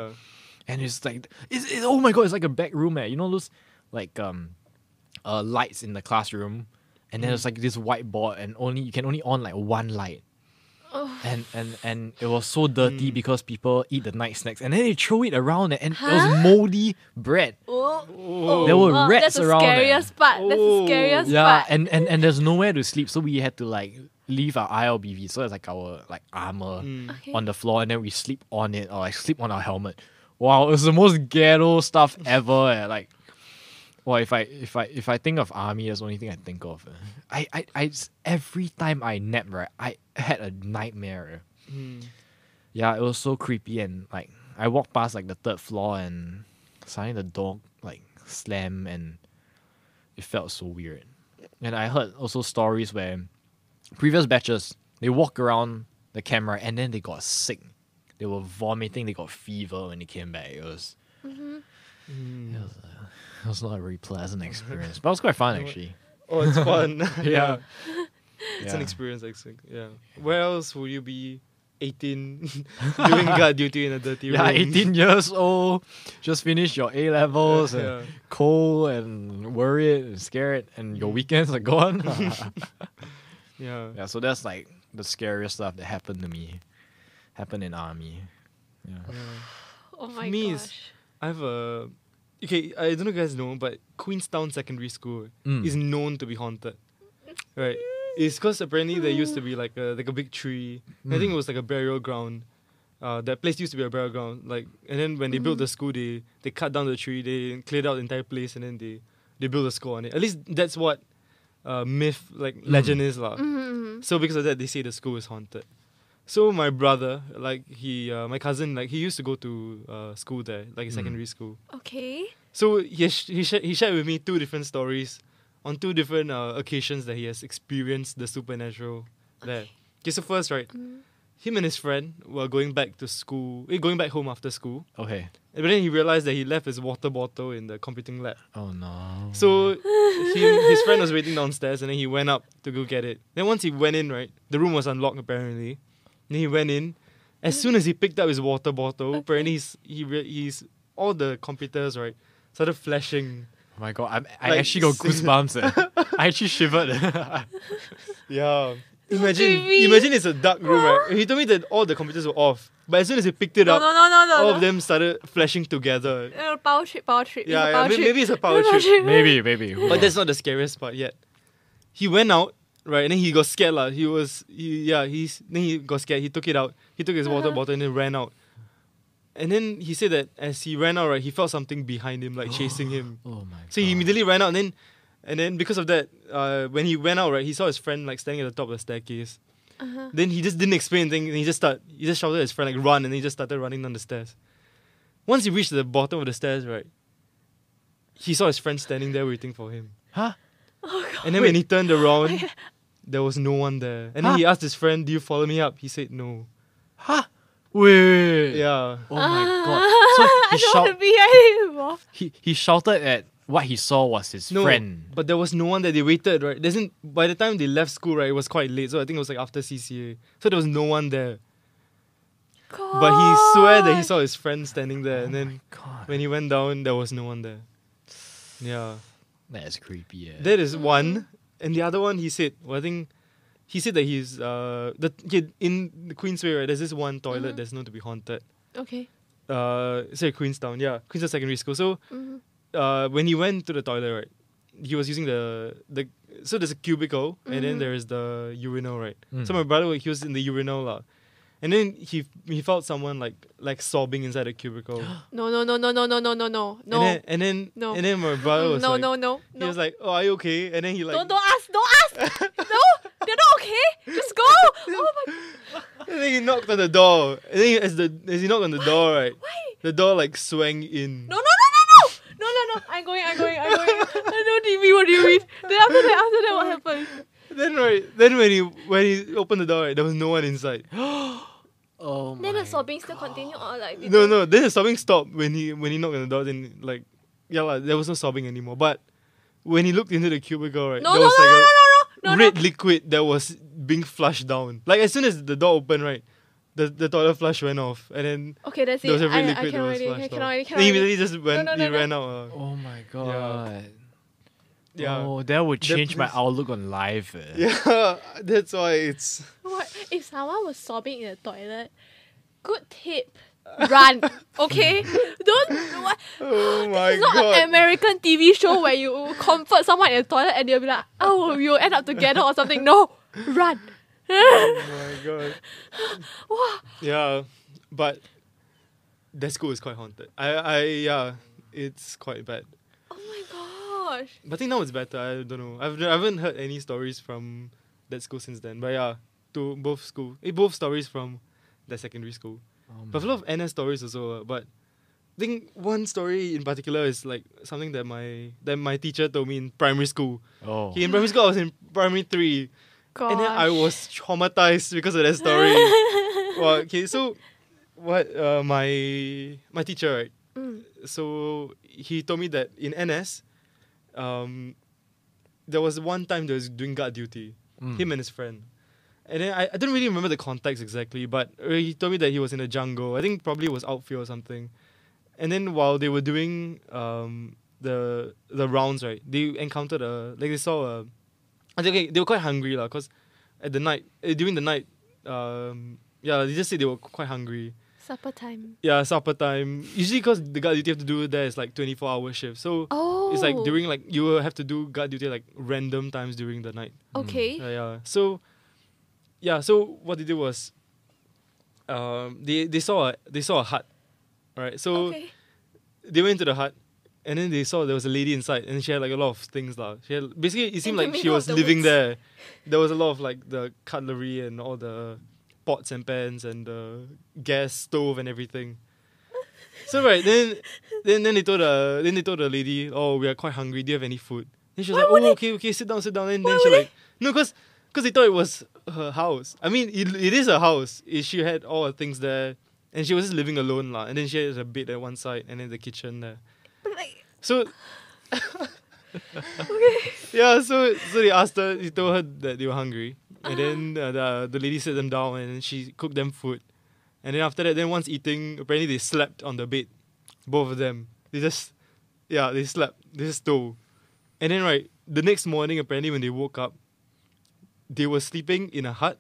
S4: yeah.
S5: and it's like it's, it's oh my god it's like a back room eh. you know those like um uh lights in the classroom and then it's like this whiteboard and only you can only on like one light and and and it was so dirty because people eat the night snacks and then they throw it around eh? and it was moldy bread
S6: Oh,
S5: there were
S6: oh,
S5: rats
S6: that's the
S5: around eh.
S6: scariest part. That's the
S4: Oh.
S6: scariest
S5: yeah
S6: part.
S5: and, and and there's nowhere to sleep so we had to like leave our ILBV so it's like our like armor
S6: Okay.
S5: on the floor and then we sleep on it or like sleep on our helmet. Wow, it's the most ghetto
S6: *laughs*
S5: stuff ever. eh, Like, well, if I if I if I think of army, that's the only thing I think of. eh. I I, I s- every time I nap right, I had a nightmare. eh. Yeah, it was so creepy and like I walked past like the third floor and suddenly the door like slam and it felt so weird. And I heard also stories where previous batches they walk around the camera and then they got sick. They were vomiting. They got fever when they came back. It was.
S4: Mm-hmm.
S5: It, was uh, it was not a very pleasant experience, but it was quite fun
S4: *laughs*
S5: actually.
S4: Oh, it's fun.
S5: *laughs* Yeah,
S4: *laughs* It's an experience, actually. Yeah. Where else would you be
S5: *laughs*
S4: 18 *laughs* doing guard duty in a dirty
S5: Yeah, *laughs*
S4: room? *laughs*
S5: eighteen years old, just finished your A levels and
S4: Yeah.
S5: cold and worried and scared, and
S4: Mm-hmm.
S5: your weekends are gone.
S4: *laughs* Yeah.
S5: yeah, so that's like the scariest stuff that happened to me, happened in army.
S6: oh my
S4: me, it's-
S6: gosh.
S4: I have a okay, I don't know if you guys know, but Queenstown Secondary School
S5: Mm.
S4: is known to be haunted. Right. It's because apparently there used to be like a like a big tree. I think it was like a burial ground. Uh, that place used to be a burial ground. Like, and then when they built the school, they they cut down the tree, they cleared out the entire place, and then they they built a school on it. At least that's what uh, myth like legend is lah.
S6: Mm-hmm.
S4: So because of that, they say the school is haunted. So my brother, like he, uh, my cousin, like he used to go to uh, school there, like secondary school.
S6: Okay.
S4: So he has, he, sh- he shared with me two different stories on two different uh, occasions that he has experienced the supernatural there. Okay, so first, right, him and his friend were going back to school, eh, going back home after school,
S5: Okay.
S4: but then he realized that he left his water bottle in the computing lab.
S5: Oh no.
S4: So he, his friend was waiting downstairs, and then he went up to go get it. Then once he went in, right, the room was unlocked apparently. Then he went in. As soon as he picked up his water bottle, apparently he's, he re- he's all the computers right started flashing.
S5: Oh my god, I'm, I
S4: Like,
S5: actually
S4: *laughs*
S5: got goosebumps. eh. I actually shivered. *laughs*
S4: Yeah. Imagine,
S1: creepy.
S4: imagine it's a dark room,
S6: *laughs*
S4: right? He told me that all the computers were off, but as soon as he picked it
S6: No,
S4: up,
S6: no, no, no, no.
S4: all
S6: no.
S4: of them started flashing together.
S6: Uh, power trip, power trip. it's
S4: Yeah,
S6: a
S4: yeah,
S6: power
S4: may-
S6: trip.
S4: maybe it's a
S6: *laughs*
S4: power trip.
S5: maybe, maybe. who
S4: But
S5: knows?
S4: that's not the scariest part yet. He went out, right, and then he got scared lah. He was, he, yeah, he's then he got scared. He took it out. He took his water bottle and then ran out. And then he said that as he ran out, right, he felt something behind him, like chasing him.
S5: Oh my god.
S4: So he immediately ran out, and then, and then because of that, uh, when he went out, right, he saw his friend like standing at the top of the staircase. Then he just didn't explain anything. And he just start, he just shouted at his friend like run, and then he just started running down the stairs. Once he reached the bottom of the stairs, right, he saw his friend standing there waiting for him.
S5: Huh?
S4: And then when he turned around, there was no one there. And then
S5: Huh?
S4: he asked his friend, "Do you follow me up?" He said, "No."
S5: Huh? Wait. wait, wait.
S4: Yeah.
S5: Oh my god. So he,
S6: Ah. *laughs* I don't want
S5: shout-
S6: to be here *laughs* anymore.
S5: he, he shouted at what he saw was his
S4: No,
S5: friend.
S4: but there was no one that they waited, right? Doesn't by the time they left school, right? It was quite late, so I think it was like after CCA, so there was no one there.
S6: God.
S4: But
S1: Oh.
S4: he swear that he saw his friend standing there, and then
S5: Oh God.
S4: when he went down, there was no one there. Yeah,
S5: That is creepy. eh. Yeah.
S4: that is one, and the other one he said, well, I think he said that he's uh the okay, in the Queensway, right? There's this one toilet that's known to be haunted.
S6: Okay.
S4: uh say Queenstown, yeah, Queenstown Secondary School. So
S6: Mm-hmm.
S4: uh when he went to the toilet, right, he was using the the so there's a cubicle and
S6: Mm-hmm.
S4: then there is the urinal, right? So my brother he was in the urinal lah. And then he he felt someone like like sobbing inside the
S6: *gasps*
S4: cubicle.
S6: No, no, no, no, no, no, no, no, no.
S4: And then and then
S6: No.
S4: and then my brother was
S6: no,
S4: like,
S6: no, no,
S4: he
S6: no.
S4: was like, Oh, are you okay? And then he like
S6: don't, don't ask,
S4: *laughs*
S6: don't ask. no, they're not okay. Just go. Oh my
S4: And then he knocked on the door. And then he- as the as he knocked on the door, right?
S6: Why?
S4: The door like swang in.
S6: No, no, no, no, no, no, no, no. I'm going, I'm going, I'm going. I know, TV. What do you mean? Then after that, after that, what happened?
S4: Then right then when he when he opened the door, right, there was no one inside.
S5: oh
S6: Then the sobbing still continued, or like did
S4: No,
S6: they-
S4: no. Then the sobbing stopped when he when he knocked on the door. Then like, yeah, lah, there was no sobbing anymore. But when he looked into the cubicle, right,
S6: No,
S4: there
S6: no,
S4: was
S6: no,
S4: like
S6: no,
S4: a
S6: no, no, no, no,
S4: red liquid that was being flushed down. Like as soon as the door opened, right, the the toilet flush went off, and then
S6: Okay, that's it.
S4: there was a
S6: I,
S4: red
S6: I
S4: liquid
S6: can't
S4: that was
S6: already.
S4: flushed
S6: I can't
S4: out.
S6: already. Can't
S4: Then he
S6: already.
S4: immediately just went.
S6: no, no,
S4: he
S6: no.
S4: ran out. Uh,
S5: Oh my god.
S4: yeah.
S5: Oh, that would
S4: That-
S5: change my
S4: that's-
S5: outlook on life. eh.
S4: *laughs* Yeah, that's why it's.
S6: What if someone was sobbing in the toilet? Good
S4: *laughs*
S6: tip. Run, okay? Don't. What? *laughs*
S4: Oh my
S6: It's not an
S4: god!
S6: American TV show where you comfort someone in the toilet and they'll be like, oh, we'll end up together or something. No, run.
S4: Oh my god! Yeah, but that school is quite haunted. I, I, yeah, it's quite bad.
S6: Oh my gosh.
S4: But I think now it's better. I don't know. I've I haven't heard any stories from that school since then. But yeah, to both school, eh, both stories from that secondary school.
S5: Oh
S4: But a lot of NS stories also. uh, But I think one story in particular is like something that my that my teacher told me in primary school.
S5: Oh.
S4: Okay, in primary school I was in primary three,
S6: Gosh.
S4: and then I was traumatized because of that story.
S6: *laughs*
S4: well, okay, so what? Uh, my my teacher, right?
S6: Mm.
S4: so he told me that in NS, um, there was one time they was doing guard duty,
S5: Mm.
S4: him and his friend. And then I, I don't really remember the context exactly, but uh, he told me that he was in a jungle. I think probably it was outfield or something. And then while they were doing um, the the rounds, right, they encountered a like they saw a. I think okay, they were quite hungry lah, cause at the night eh, during the night, um, yeah, they just said they were quite hungry.
S6: Supper time.
S4: Yeah, supper time. Usually, because the guard duty you have to do there is like 24 hour shift. So
S6: Oh.
S4: it's like during like, you will have to do guard duty like random times during the night.
S6: Okay.
S4: Yeah, yeah. So, yeah. So what they did was, um, they they saw a, they saw a hut, right? So
S6: okay.
S4: they went into the hut, and then they saw there was a lady inside, and she had like a lot of things lah. She had basically it seemed
S6: In the
S4: like she
S6: middle of
S4: was
S6: the
S4: living there.
S6: woods.
S4: There was a lot of like the cutlery and all the pots and pans and the gas stove and everything. So right then, then then they told the then they told the lady, oh we are quite hungry. Do you have any food? Then she was
S6: Why
S4: like,
S6: would
S4: oh
S6: they-
S4: okay okay sit down sit down. And
S6: Why
S4: then she
S6: would they-
S4: like no because because they thought it was her house. I mean it, it is her house. It- she had all her things there. And she was just living alone, lah. And then she had a bed at one side, and then the kitchen there.
S6: But like, *laughs*
S4: So. Yeah, so so they asked her, they told her that they were hungry, and then uh, the the lady sat them down and she cooked them food, and then after that, then once eating, apparently they slept on the bed, both of them. They just, yeah, they slept. They just stole, and then right the next morning, apparently when they woke up, they were sleeping in a hut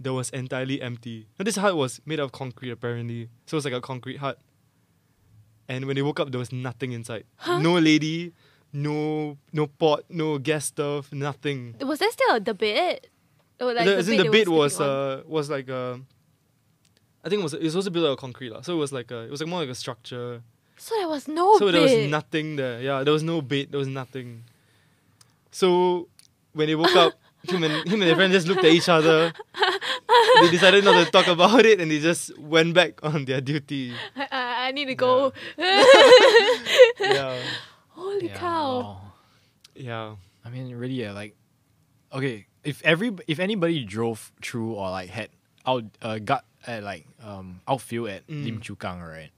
S4: that was entirely empty. Now this hut was made of concrete apparently, so it was like a concrete hut. And when they woke up, there was nothing inside. No lady, no no pot, no gas stove, nothing.
S6: was there still a debate? Or like
S4: the, as in the
S6: they
S4: bed
S6: were
S4: was
S6: sleeping on?
S4: uh was like uh, I think it was it was also built out of concrete lah. So it was like a, it was like more like a structure.
S6: So there was no
S4: so
S6: bed.
S4: there was nothing there. Yeah, there was no bed. There was nothing. So when they woke *laughs* up, him and him and their friend just looked at each other. they decided not to talk about it, and they just went back *laughs* on their duty.
S6: I, I, I need to go.
S4: Yeah,
S6: *laughs* Holy
S5: Yeah,
S4: *laughs*
S6: cow. *laughs*
S5: wow.
S4: yeah.
S5: I mean, really, yeah, like, okay, if every if anybody drove through or like had out uh, got at like um outfield at
S4: Mm.
S5: Lim Chu Kang, right?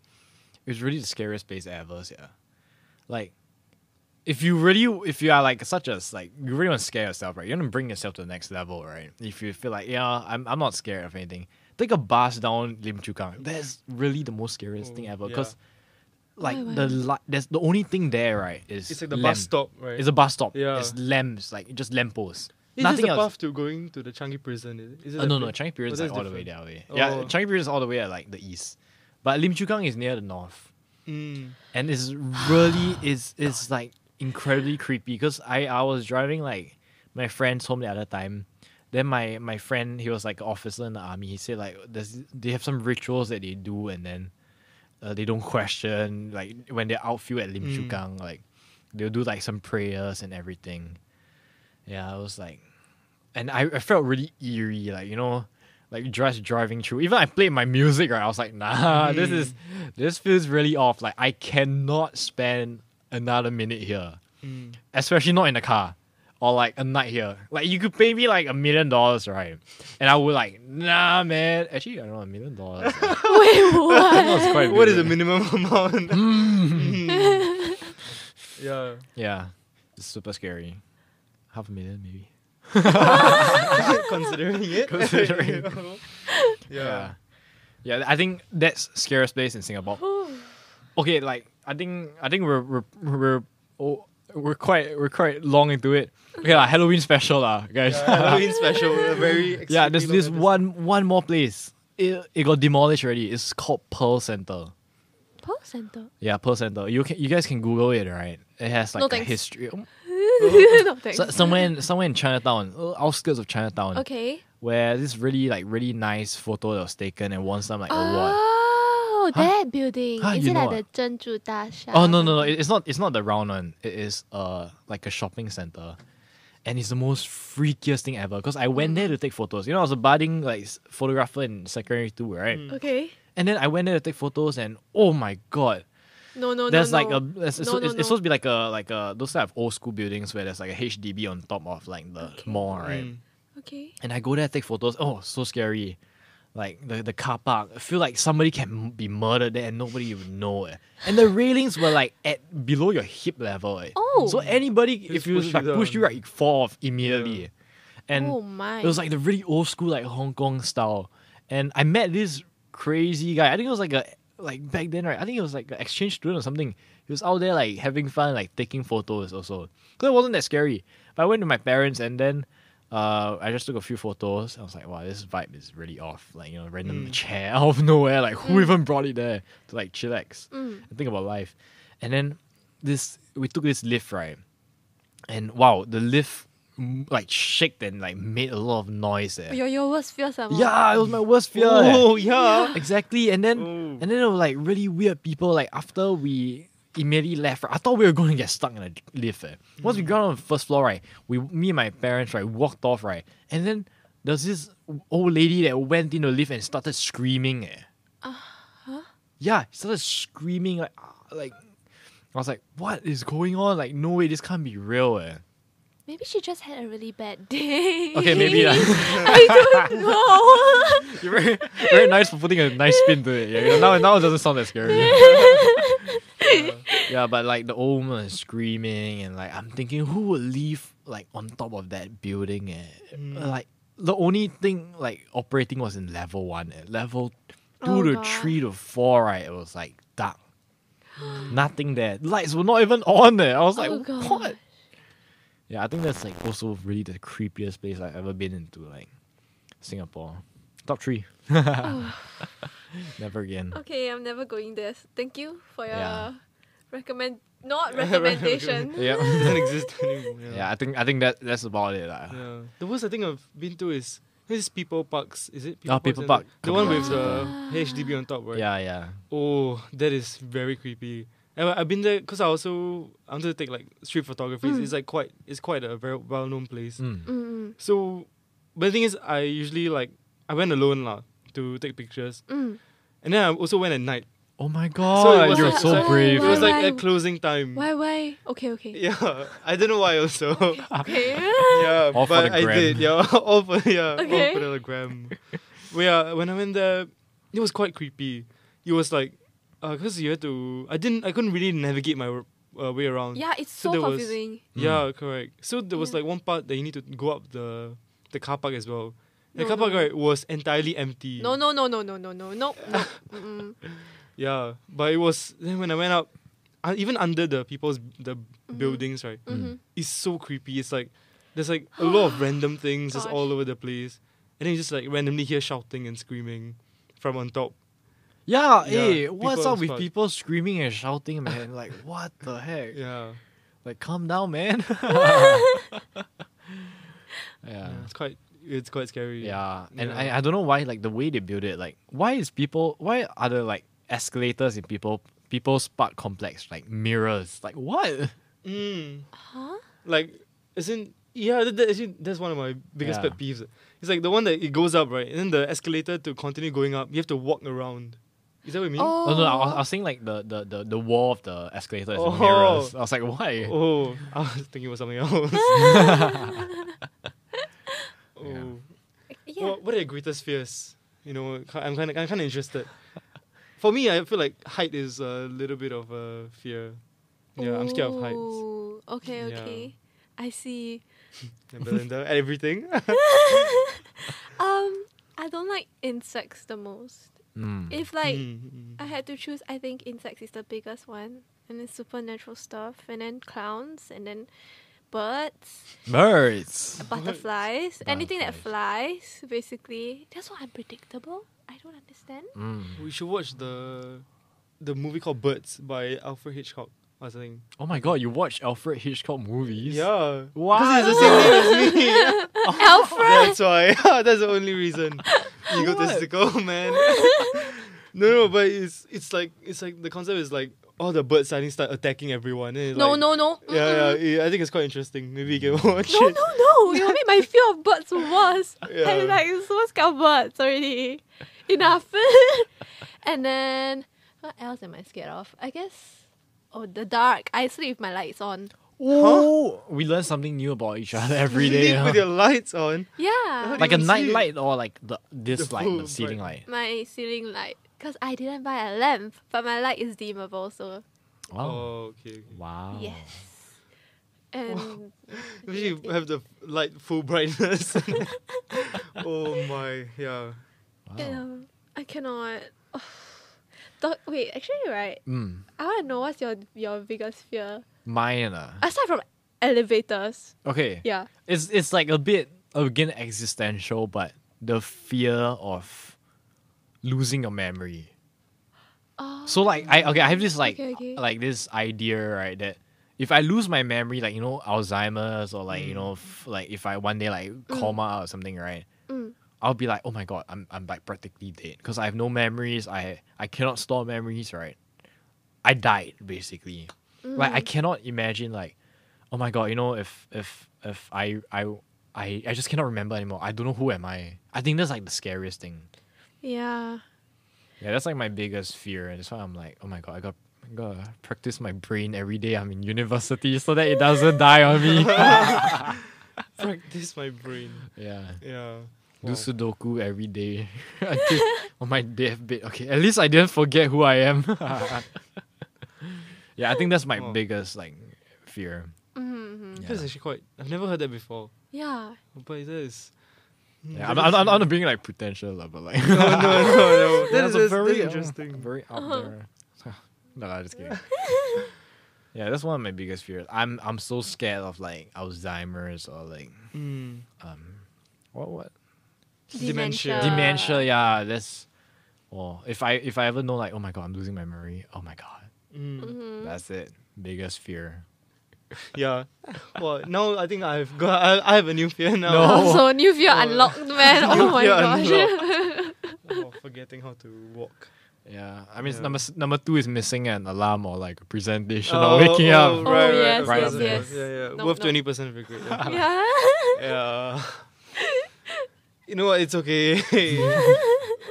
S5: It was really the scariest place ever, yeah. Like, if you really if you are like such as like you really want to scare yourself, right? You want to bring yourself to the next level, right? If you feel like yeah, I'm I'm not scared of anything, take a bus down Lim Chu Kang. That's really the most scariest
S4: Oh,
S5: thing ever,
S4: yeah.
S5: because. Like
S6: Why, why?
S5: the li- there's the only thing there, right? Is
S4: It's like the
S5: lamp.
S4: bus stop, right?
S5: It's a bus stop.
S4: Yeah.
S5: It's lamps, like just lampposts.
S4: Is
S5: Nothing
S4: this the
S5: else.
S4: path to going to the Changi prison? Is it? Is it
S5: Uh,
S4: that
S5: no,
S4: bit?
S5: no. Changi Pier
S4: Oh,
S5: is
S4: that's
S5: like all the way
S4: different.
S5: that way. Yeah,
S4: Oh.
S5: Changi Pier is all the way at like the east, but Lim Chu Kang is near the north,
S4: Mm.
S5: and it's really is it's like incredibly creepy because I I was driving like my friend's home the other time. Then my, my friend, he was like an officer in the army. He said like there's, they have some rituals that they do, and then uh, they don't question like when they're outfield at Lim Chu
S4: Mm.
S5: Kang, like they'll do like some prayers and everything. Yeah, I was like, and I, I felt really eerie, like you know, like just driving through. Even I played my music, right? I was like, nah, this is this feels really off. Like I cannot spend another minute here,
S4: Mm.
S5: especially not in the car. Or like a night here. Like you could pay me like a million dollars, right? And I would like, nah man. Actually I don't know, a million
S4: *laughs*
S5: dollars.
S6: Wait, what? *laughs*
S5: That's quite
S4: What is
S5: weird.
S4: the minimum *laughs*
S5: *laughs*
S4: amount?
S5: Hmm.
S4: Mm. yeah.
S5: Yeah, it's super scary. Half a million, maybe.
S4: *laughs* Considering it.
S5: Considering.
S4: *laughs* yeah.
S5: yeah, I think that's scariest place in
S4: *sighs*
S5: Singapore. okay, like I think I think we're we're we're, oh, we're quite we're quite long into it. Okay, like, Halloween special, lah, guys.
S4: Yeah, Halloween special. a very
S5: *laughs* yeah, there's
S4: extremely
S5: this
S4: long
S5: one one more place. It, it got demolished already. It's called Pearl Center.
S6: Pearl Center.
S5: Yeah, Pearl Center. You can you guys can Google it, right? It has like
S6: No,
S5: a
S6: thanks.
S5: history.
S6: no thanks.
S5: So, somewhere in somewhere in Chinatown, uh, outskirts of Chinatown.
S6: okay.
S5: where this really like really nice photo that was taken and won some like
S6: Ah.
S5: award.
S6: Oh,
S5: Huh?
S6: that building.
S5: Huh,
S6: is
S5: you
S6: it
S5: know
S6: like
S5: ah?
S6: the Zhenju Dasha?
S5: Oh no no no! it- It's not it's not the round one. It is uh like a shopping center, and it's the most freakiest thing ever. Cause I went there to take photos. You know I was a budding like s- photographer in secondary two, right?
S6: Okay.
S5: And then I went there to take photos, and oh my god,
S6: No, no,
S5: there's
S6: no.
S5: like
S6: no.
S5: a there's, it's,
S6: No,
S5: it's,
S6: no,
S5: it's
S6: no.
S5: supposed to be like a like a those type of old school buildings where there's like a HDB on top of like the mall, right?
S4: Mm.
S6: Okay.
S5: And I go there, take photos. Oh, so scary. Like the, the car park. I feel like somebody can m- be murdered there and nobody would know. Eh. And the railings were like at below your hip level. eh.
S6: Oh.
S5: So anybody, if
S4: Just
S5: you
S4: push you
S5: like, push you
S4: down.
S5: right, you fall off immediately. And
S6: Oh my.
S5: it was like the really old school, like Hong Kong style. And I met this crazy guy. I think it was like a like back then, right? I think it was like an exchange student or something. He was out there like having fun, like taking photos also. Cause it wasn't that scary. But I went to my parents and then Uh, I just took a few photos. I was like, wow, this vibe is really off. Like, you know, random chair *laughs* out of nowhere. Like, who even brought it there to like chillax and think about life? And then this, we took this lift, right? And wow, the lift mm, like shook and like made a lot of noise eh. there.
S6: Your your worst fear somehow.
S5: Yeah, it was my worst fear. eh.
S4: *laughs*
S5: *laughs*
S4: Oh yeah.
S5: Exactly. And then
S4: Oh.
S5: and then there were like really weird people. Like after we immediately left, right, I thought we were going to get stuck in a lift. Eh. Once we got on the first floor, right, we me and my parents right walked off, right, and then there's this old lady that went in the lift and started screaming. Eh. Yeah, started screaming like ah, like. I was like, what is going on? Like, no way, this can't be real, eh.
S6: Maybe she just had a really bad day. *laughs*
S5: Okay, maybe lah. *laughs*
S6: I don't know.
S5: You're very, very nice for putting a nice spin to it. Yeah, now, now it doesn't sound that scary. yeah, but like the old woman is screaming, and like I'm thinking, who would leave like on top of that building? Eh?
S6: Mm.
S5: Like the only thing like operating was in level one, eh? level two
S6: Oh,
S5: to
S6: God.
S5: three to four. Right, it was like
S6: *gasps*
S5: dark, nothing there. Lights were not even on. Eh? I was like,
S6: Oh, God.
S5: what? Yeah, I think that's like also really the creepiest place I've ever been into. Like Singapore. Top three.
S6: Oh.
S5: *laughs* Never again.
S6: okay, I'm never going there. Thank you for your
S5: Yeah.
S6: recommend
S4: *laughs*
S6: not recommendation.
S5: Yeah.
S4: Doesn't exist anymore.
S5: *laughs*
S4: Yeah.
S5: yeah, I think I think that that's about it. lah.
S4: Yeah. The worst I think I've been to is this people parks. Is it?
S5: Oh, People
S4: Parks?
S5: Park.
S4: The one with the HDB on top, right?
S5: Yeah, yeah.
S4: Oh, that is very creepy. And I- I've been there because I also I wanted to take like street photography.
S5: Hmm.
S4: It's like quite it's quite a very well known place.
S5: Mm.
S6: Mm,
S4: So, but the thing is, I usually like I went alone lah to take pictures,
S6: mm.
S4: and then I also went at night.
S5: Oh my
S4: So it
S5: god,
S4: was
S5: you're
S4: like-
S5: so
S4: like-
S5: brave.
S4: It was
S6: Why-
S4: like
S6: why-
S4: at closing time.
S6: Why why? Okay, okay.
S4: Yeah, I don't know why also. *laughs*
S6: Okay.
S4: yeah,
S5: All for
S4: but
S5: the
S4: I
S5: gram.
S4: did. Yeah, *laughs* all for yeah, all
S6: Okay.
S4: for the gram. Well, yeah, when I went there, it was quite creepy. It was like, because you had to. I didn't. I couldn't really navigate my uh, way around.
S6: yeah, it's
S4: So
S6: so
S4: there was-
S6: confusing.
S4: Yeah,
S5: Hmm.
S4: correct. So there was
S6: Yeah.
S4: like one part that you need to go up the the car park as well. The
S6: No,
S4: car park
S6: no.
S4: right was entirely empty.
S6: No, no, no, no, no, no, no,
S4: *laughs*
S6: no. no. Mm-mm.
S4: Yeah, but it was then when I went up, uh, even under the people's the buildings right,
S6: Mm-hmm.
S4: it's so creepy. It's like there's like a lot
S6: *gasps*
S4: of random things just
S6: Gosh.
S4: all over the place, and then you just like randomly hear shouting and screaming from on top.
S5: Yeah,
S4: Yeah,
S5: hey, what's
S4: people
S5: up
S4: as
S5: with
S4: fuck.
S5: people screaming and shouting, man? Like, what the heck?
S4: Yeah,
S5: Like, calm down, man. *laughs* yeah.
S4: yeah, it's quite it's quite scary.
S5: Yeah, and
S4: Yeah.
S5: I, I don't know why like the way they build it like why is people why are there like escalators in people people's park complex like mirrors like what
S4: Mm.
S6: Huh?
S4: Like, isn't yeah? That, that, actually, that's one of my biggest
S5: Yeah.
S4: pet peeves. It's like the one that it goes up right, and then the escalator to continue going up, you have to walk around. Is that what you mean?
S6: Oh,
S5: oh no I was, I was saying like the, the the the wall of the escalator is
S4: Oh.
S5: mirrors I was like why
S4: Oh, I was thinking about something else. *laughs* oh,
S6: yeah.
S4: What, what are your greatest fears? You know, ki- I'm kind of I'm kind of interested. For me, I feel like height is a little bit of a fear. Yeah, I'm scared of heights.
S6: Ooh, Okay,
S4: Yeah.
S6: okay. I see.
S4: And Belinda, *laughs*
S6: *laughs*
S4: everything.
S6: Um, I don't like insects the most.
S5: Mm.
S6: If like
S4: Mm, mm.
S6: I had to choose, I think insects is the biggest one, and then supernatural stuff, and then clowns, and then birds,
S5: birds
S6: butterflies, anything that flies, basically. That's so unpredictable. I don't understand.
S5: Mm.
S4: We should watch the the movie called Birds by Alfred Hitchcock or something.
S5: oh my god you watch Alfred Hitchcock movies
S6: *laughs*
S4: Yeah.
S5: wow
S4: It's the same name as me. That's why. *laughs* That's the only reason. Egotistical, man. *laughs* no, no, but it's it's like it's like the concept is like all the birds suddenly start attacking everyone. And it,
S6: No,
S4: like-
S6: no, no.
S4: Yeah, yeah, yeah, I think it's quite interesting. Maybe you can watch
S6: No,
S4: it.
S6: no, no! You made my fear of birds worse.
S4: *laughs* Yeah.
S6: I'm like so scared of birds already. Enough. *laughs* and then what else am I scared of? I guess oh the dark. I sleep with my lights on.
S5: oh we learn something new about each other *laughs* every day
S4: Sleep
S5: huh?
S4: with your lights on.
S6: Yeah,
S5: like a
S4: You
S5: night
S4: sleep.
S5: light or like the this
S4: The
S5: light the
S4: full
S5: ceiling light
S4: bright-
S6: my ceiling light. Cause I didn't buy a lamp, but my light is dimmable. So
S5: wow
S4: Oh, okay. okay.
S5: wow
S6: yes. And
S4: Imagine you have the light full brightness. *laughs* oh my, yeah. *laughs*
S5: wow.
S6: um, I cannot. *sighs* Doc, wait, actually, right?
S5: Mm.
S6: I want to know what's your your biggest fear
S5: Mine ah.
S6: aside from elevators.
S5: okay
S6: Yeah.
S5: It's it's like a bit again existential, but the fear of losing your memory.
S6: Oh,
S5: So like I okay, I have this like
S6: Okay, okay.
S5: like this idea right that if I lose my memory, like you know Alzheimer's or like you know f- like if I one day like
S6: Mm.
S5: coma or something, right? I'll be like, oh my god, I'm I'm like practically dead because I have no memories. I I cannot store memories, right? I died basically.
S6: Mm.
S5: Like I cannot imagine like, oh my god, you know if if if I I I I just cannot remember anymore. I don't know who am I. I think that's like the scariest thing.
S6: Yeah.
S5: Yeah, that's like my biggest fear, and that's why I'm like, oh my god, I got I gotta practice my brain every day. I'm in university so that it
S4: *laughs*
S5: doesn't die on me.
S4: Practice my brain.
S5: yeah.
S4: Yeah.
S5: Do
S4: Wow.
S5: Sudoku every day *laughs* until on my deathbed. Okay, at least I didn't forget who I am. *laughs* yeah, I think that's my
S4: Wow.
S5: biggest like fear.
S6: Mm-hmm.
S5: Yeah.
S4: That's actually quite. I've never heard that before.
S6: Yeah.
S4: But it is.
S5: Yeah, I'm, I'm, I'm
S4: *laughs*
S5: not being like pretentious, lah, but like
S4: No, no, no, no. *laughs*
S5: Yeah,
S4: That is um,
S5: it's a
S4: very
S5: uh,
S4: interesting. Uh-huh.
S5: very out there. *laughs* no, I'm just
S4: *laughs*
S5: kidding. yeah, that's one of my biggest fears. I'm I'm so scared of like Alzheimer's or like
S4: Mm.
S5: what what
S4: Dementia. Uh,
S5: dementia. Yeah, that's. Oh, if I if I ever know like oh my god I'm losing my memory. Oh my god,
S4: Mm.
S5: that's it. Biggest fear.
S4: Yeah. Well, now I think I've got. I, I have a new fear now.
S5: No. Oh.
S6: Also, new fear
S4: Oh.
S6: unlocked, man. *laughs*
S4: *laughs*
S6: Oh my
S4: fear
S6: gosh.
S4: *laughs* Oh, forgetting how to walk.
S5: Yeah, I mean it's
S4: Yeah.
S5: number s- number two is missing an alarm or like a presentation
S4: Oh,
S5: or waking
S4: Oh,
S5: up.
S4: right, right,
S6: yes,
S4: of
S5: yes,
S4: course, of
S5: yes.
S4: course. Yeah, yeah.
S6: No,
S4: Worth
S6: no.
S4: twenty percent of your grade. Yeah.
S6: *laughs* *laughs*
S4: *laughs*
S6: yeah.
S4: Yeah. you know what? It's okay. *laughs*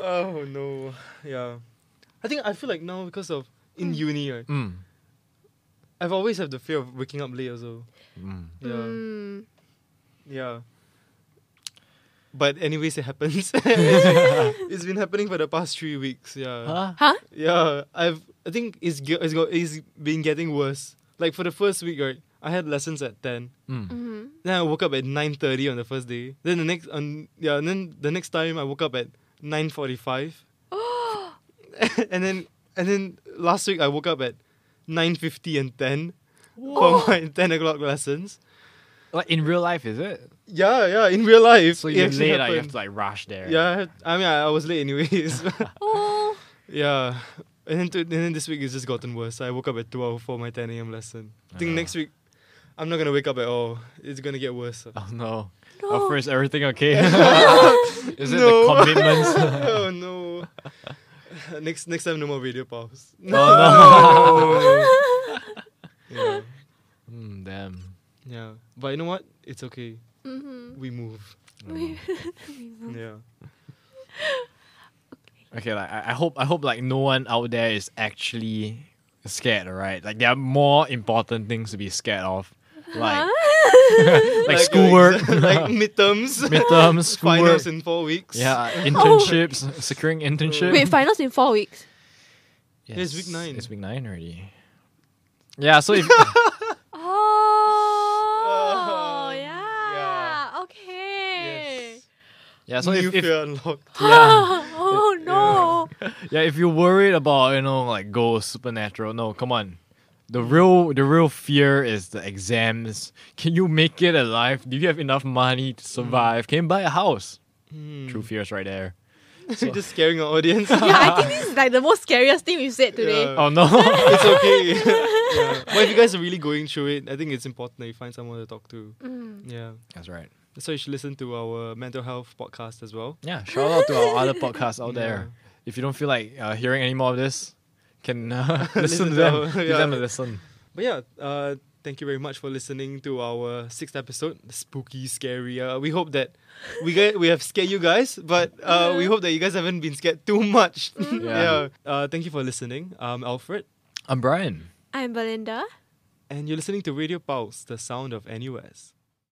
S4: oh no. Yeah. I think I feel like now because of in uni, right,
S5: Mm.
S4: I've always have the fear of waking up late also.
S5: Mm.
S4: Yeah.
S6: Mm.
S4: Yeah. But anyways, it happens. *laughs* it's been happening for the past three weeks. Yeah.
S5: Huh?
S6: Huh?
S4: Yeah. I've. I think it's ge- it's got it's been getting worse. Like for the first week, right? I had lessons at ten.
S5: Mm.
S6: Mm.
S4: Then I woke up at nine thirty on the first day. Then the next on yeah, and then the next time I woke up at nine
S5: *gasps*
S4: forty five. and then and then last week I woke up at nine fifty and ten for my ten o'clock lessons.
S5: Like in real life, is it?
S4: Yeah, yeah, in real life.
S5: So
S4: it
S5: you're
S4: actually
S5: late, like, you have
S4: happened.
S5: to like rush there.
S4: Yeah, I, had- I mean I, I was late anyways. *laughs*
S1: Oh,
S4: yeah. And then, to, and then this week it's just gotten worse. I woke up at 12 for my 10 a.m. lesson. I think
S5: Ah.
S4: next week I'm not going to wake up at all. It's going to get
S5: *laughs*
S4: worse.
S5: Oh no.
S1: no.
S5: Oh, first everything okay? *laughs* Is it
S4: No.
S5: the commitments? *laughs*
S4: oh no. *laughs* Next next time no more video *laughs* pause.
S5: *laughs*
S4: Yeah.
S5: mm, damn.
S4: Yeah. But you know what? It's okay. *laughs*
S6: Mm-hmm.
S4: We move.
S5: Mm.
S4: Yeah.
S5: Okay, like I, I hope I hope like no one out there is actually scared, alright? Like there are more important things to be scared of. Like *laughs*
S4: *laughs*
S5: like,
S4: your
S5: schoolwork,
S4: exa- like
S5: *laughs*
S4: midterms.
S5: midterms, schoolwork.
S4: *laughs* Finals in four weeks.
S5: yeah, internships, securing internship.
S6: Wait, finals in four weeks.
S5: Yes,
S4: It's week nine.
S5: It's week nine already. Yeah, so if *laughs*
S6: Oh,
S4: Um,
S6: yeah. Okay.
S4: Yes.
S5: yeah, so
S4: New
S5: if, if
S4: fear unlocked.
S5: yeah,
S6: Oh no.
S5: Yeah, if you're worried about you know like ghosts, supernatural, no, come on. The real the real fear is the exams. Can you make it alive? Do you have enough money to survive? Can you buy a house? True fears right there.
S4: Hmm. *laughs* You're just scaring our audience.
S6: *laughs* yeah,
S4: *laughs*
S6: I think this is like the most scariest thing we've said today.
S4: Yeah.
S5: Oh no.
S4: it's okay. yeah. But if you guys are really going through it, I think it's important that you find someone to talk to.
S6: Mm.
S4: Yeah.
S5: That's right.
S4: So you should listen to our mental health podcast as well.
S5: Yeah, shout out to our other podcasts out there. If you don't feel like uh, hearing any more of this, can uh, *laughs* listen, to
S4: Listen to
S5: them.
S4: our-
S5: Give
S4: yeah.
S5: them a listen.
S4: But yeah, uh, thank you very much for listening to our sixth episode, spooky, scary. Uh, we hope that we get, we have scared you guys, but uh, we hope that you guys haven't been scared too much.
S5: Yeah.
S4: yeah. Uh, thank you for listening. I'm Alfred,
S5: I'm Brian.
S6: I'm Belinda.
S4: and you're listening to Radio Pulse, the sound of NUS.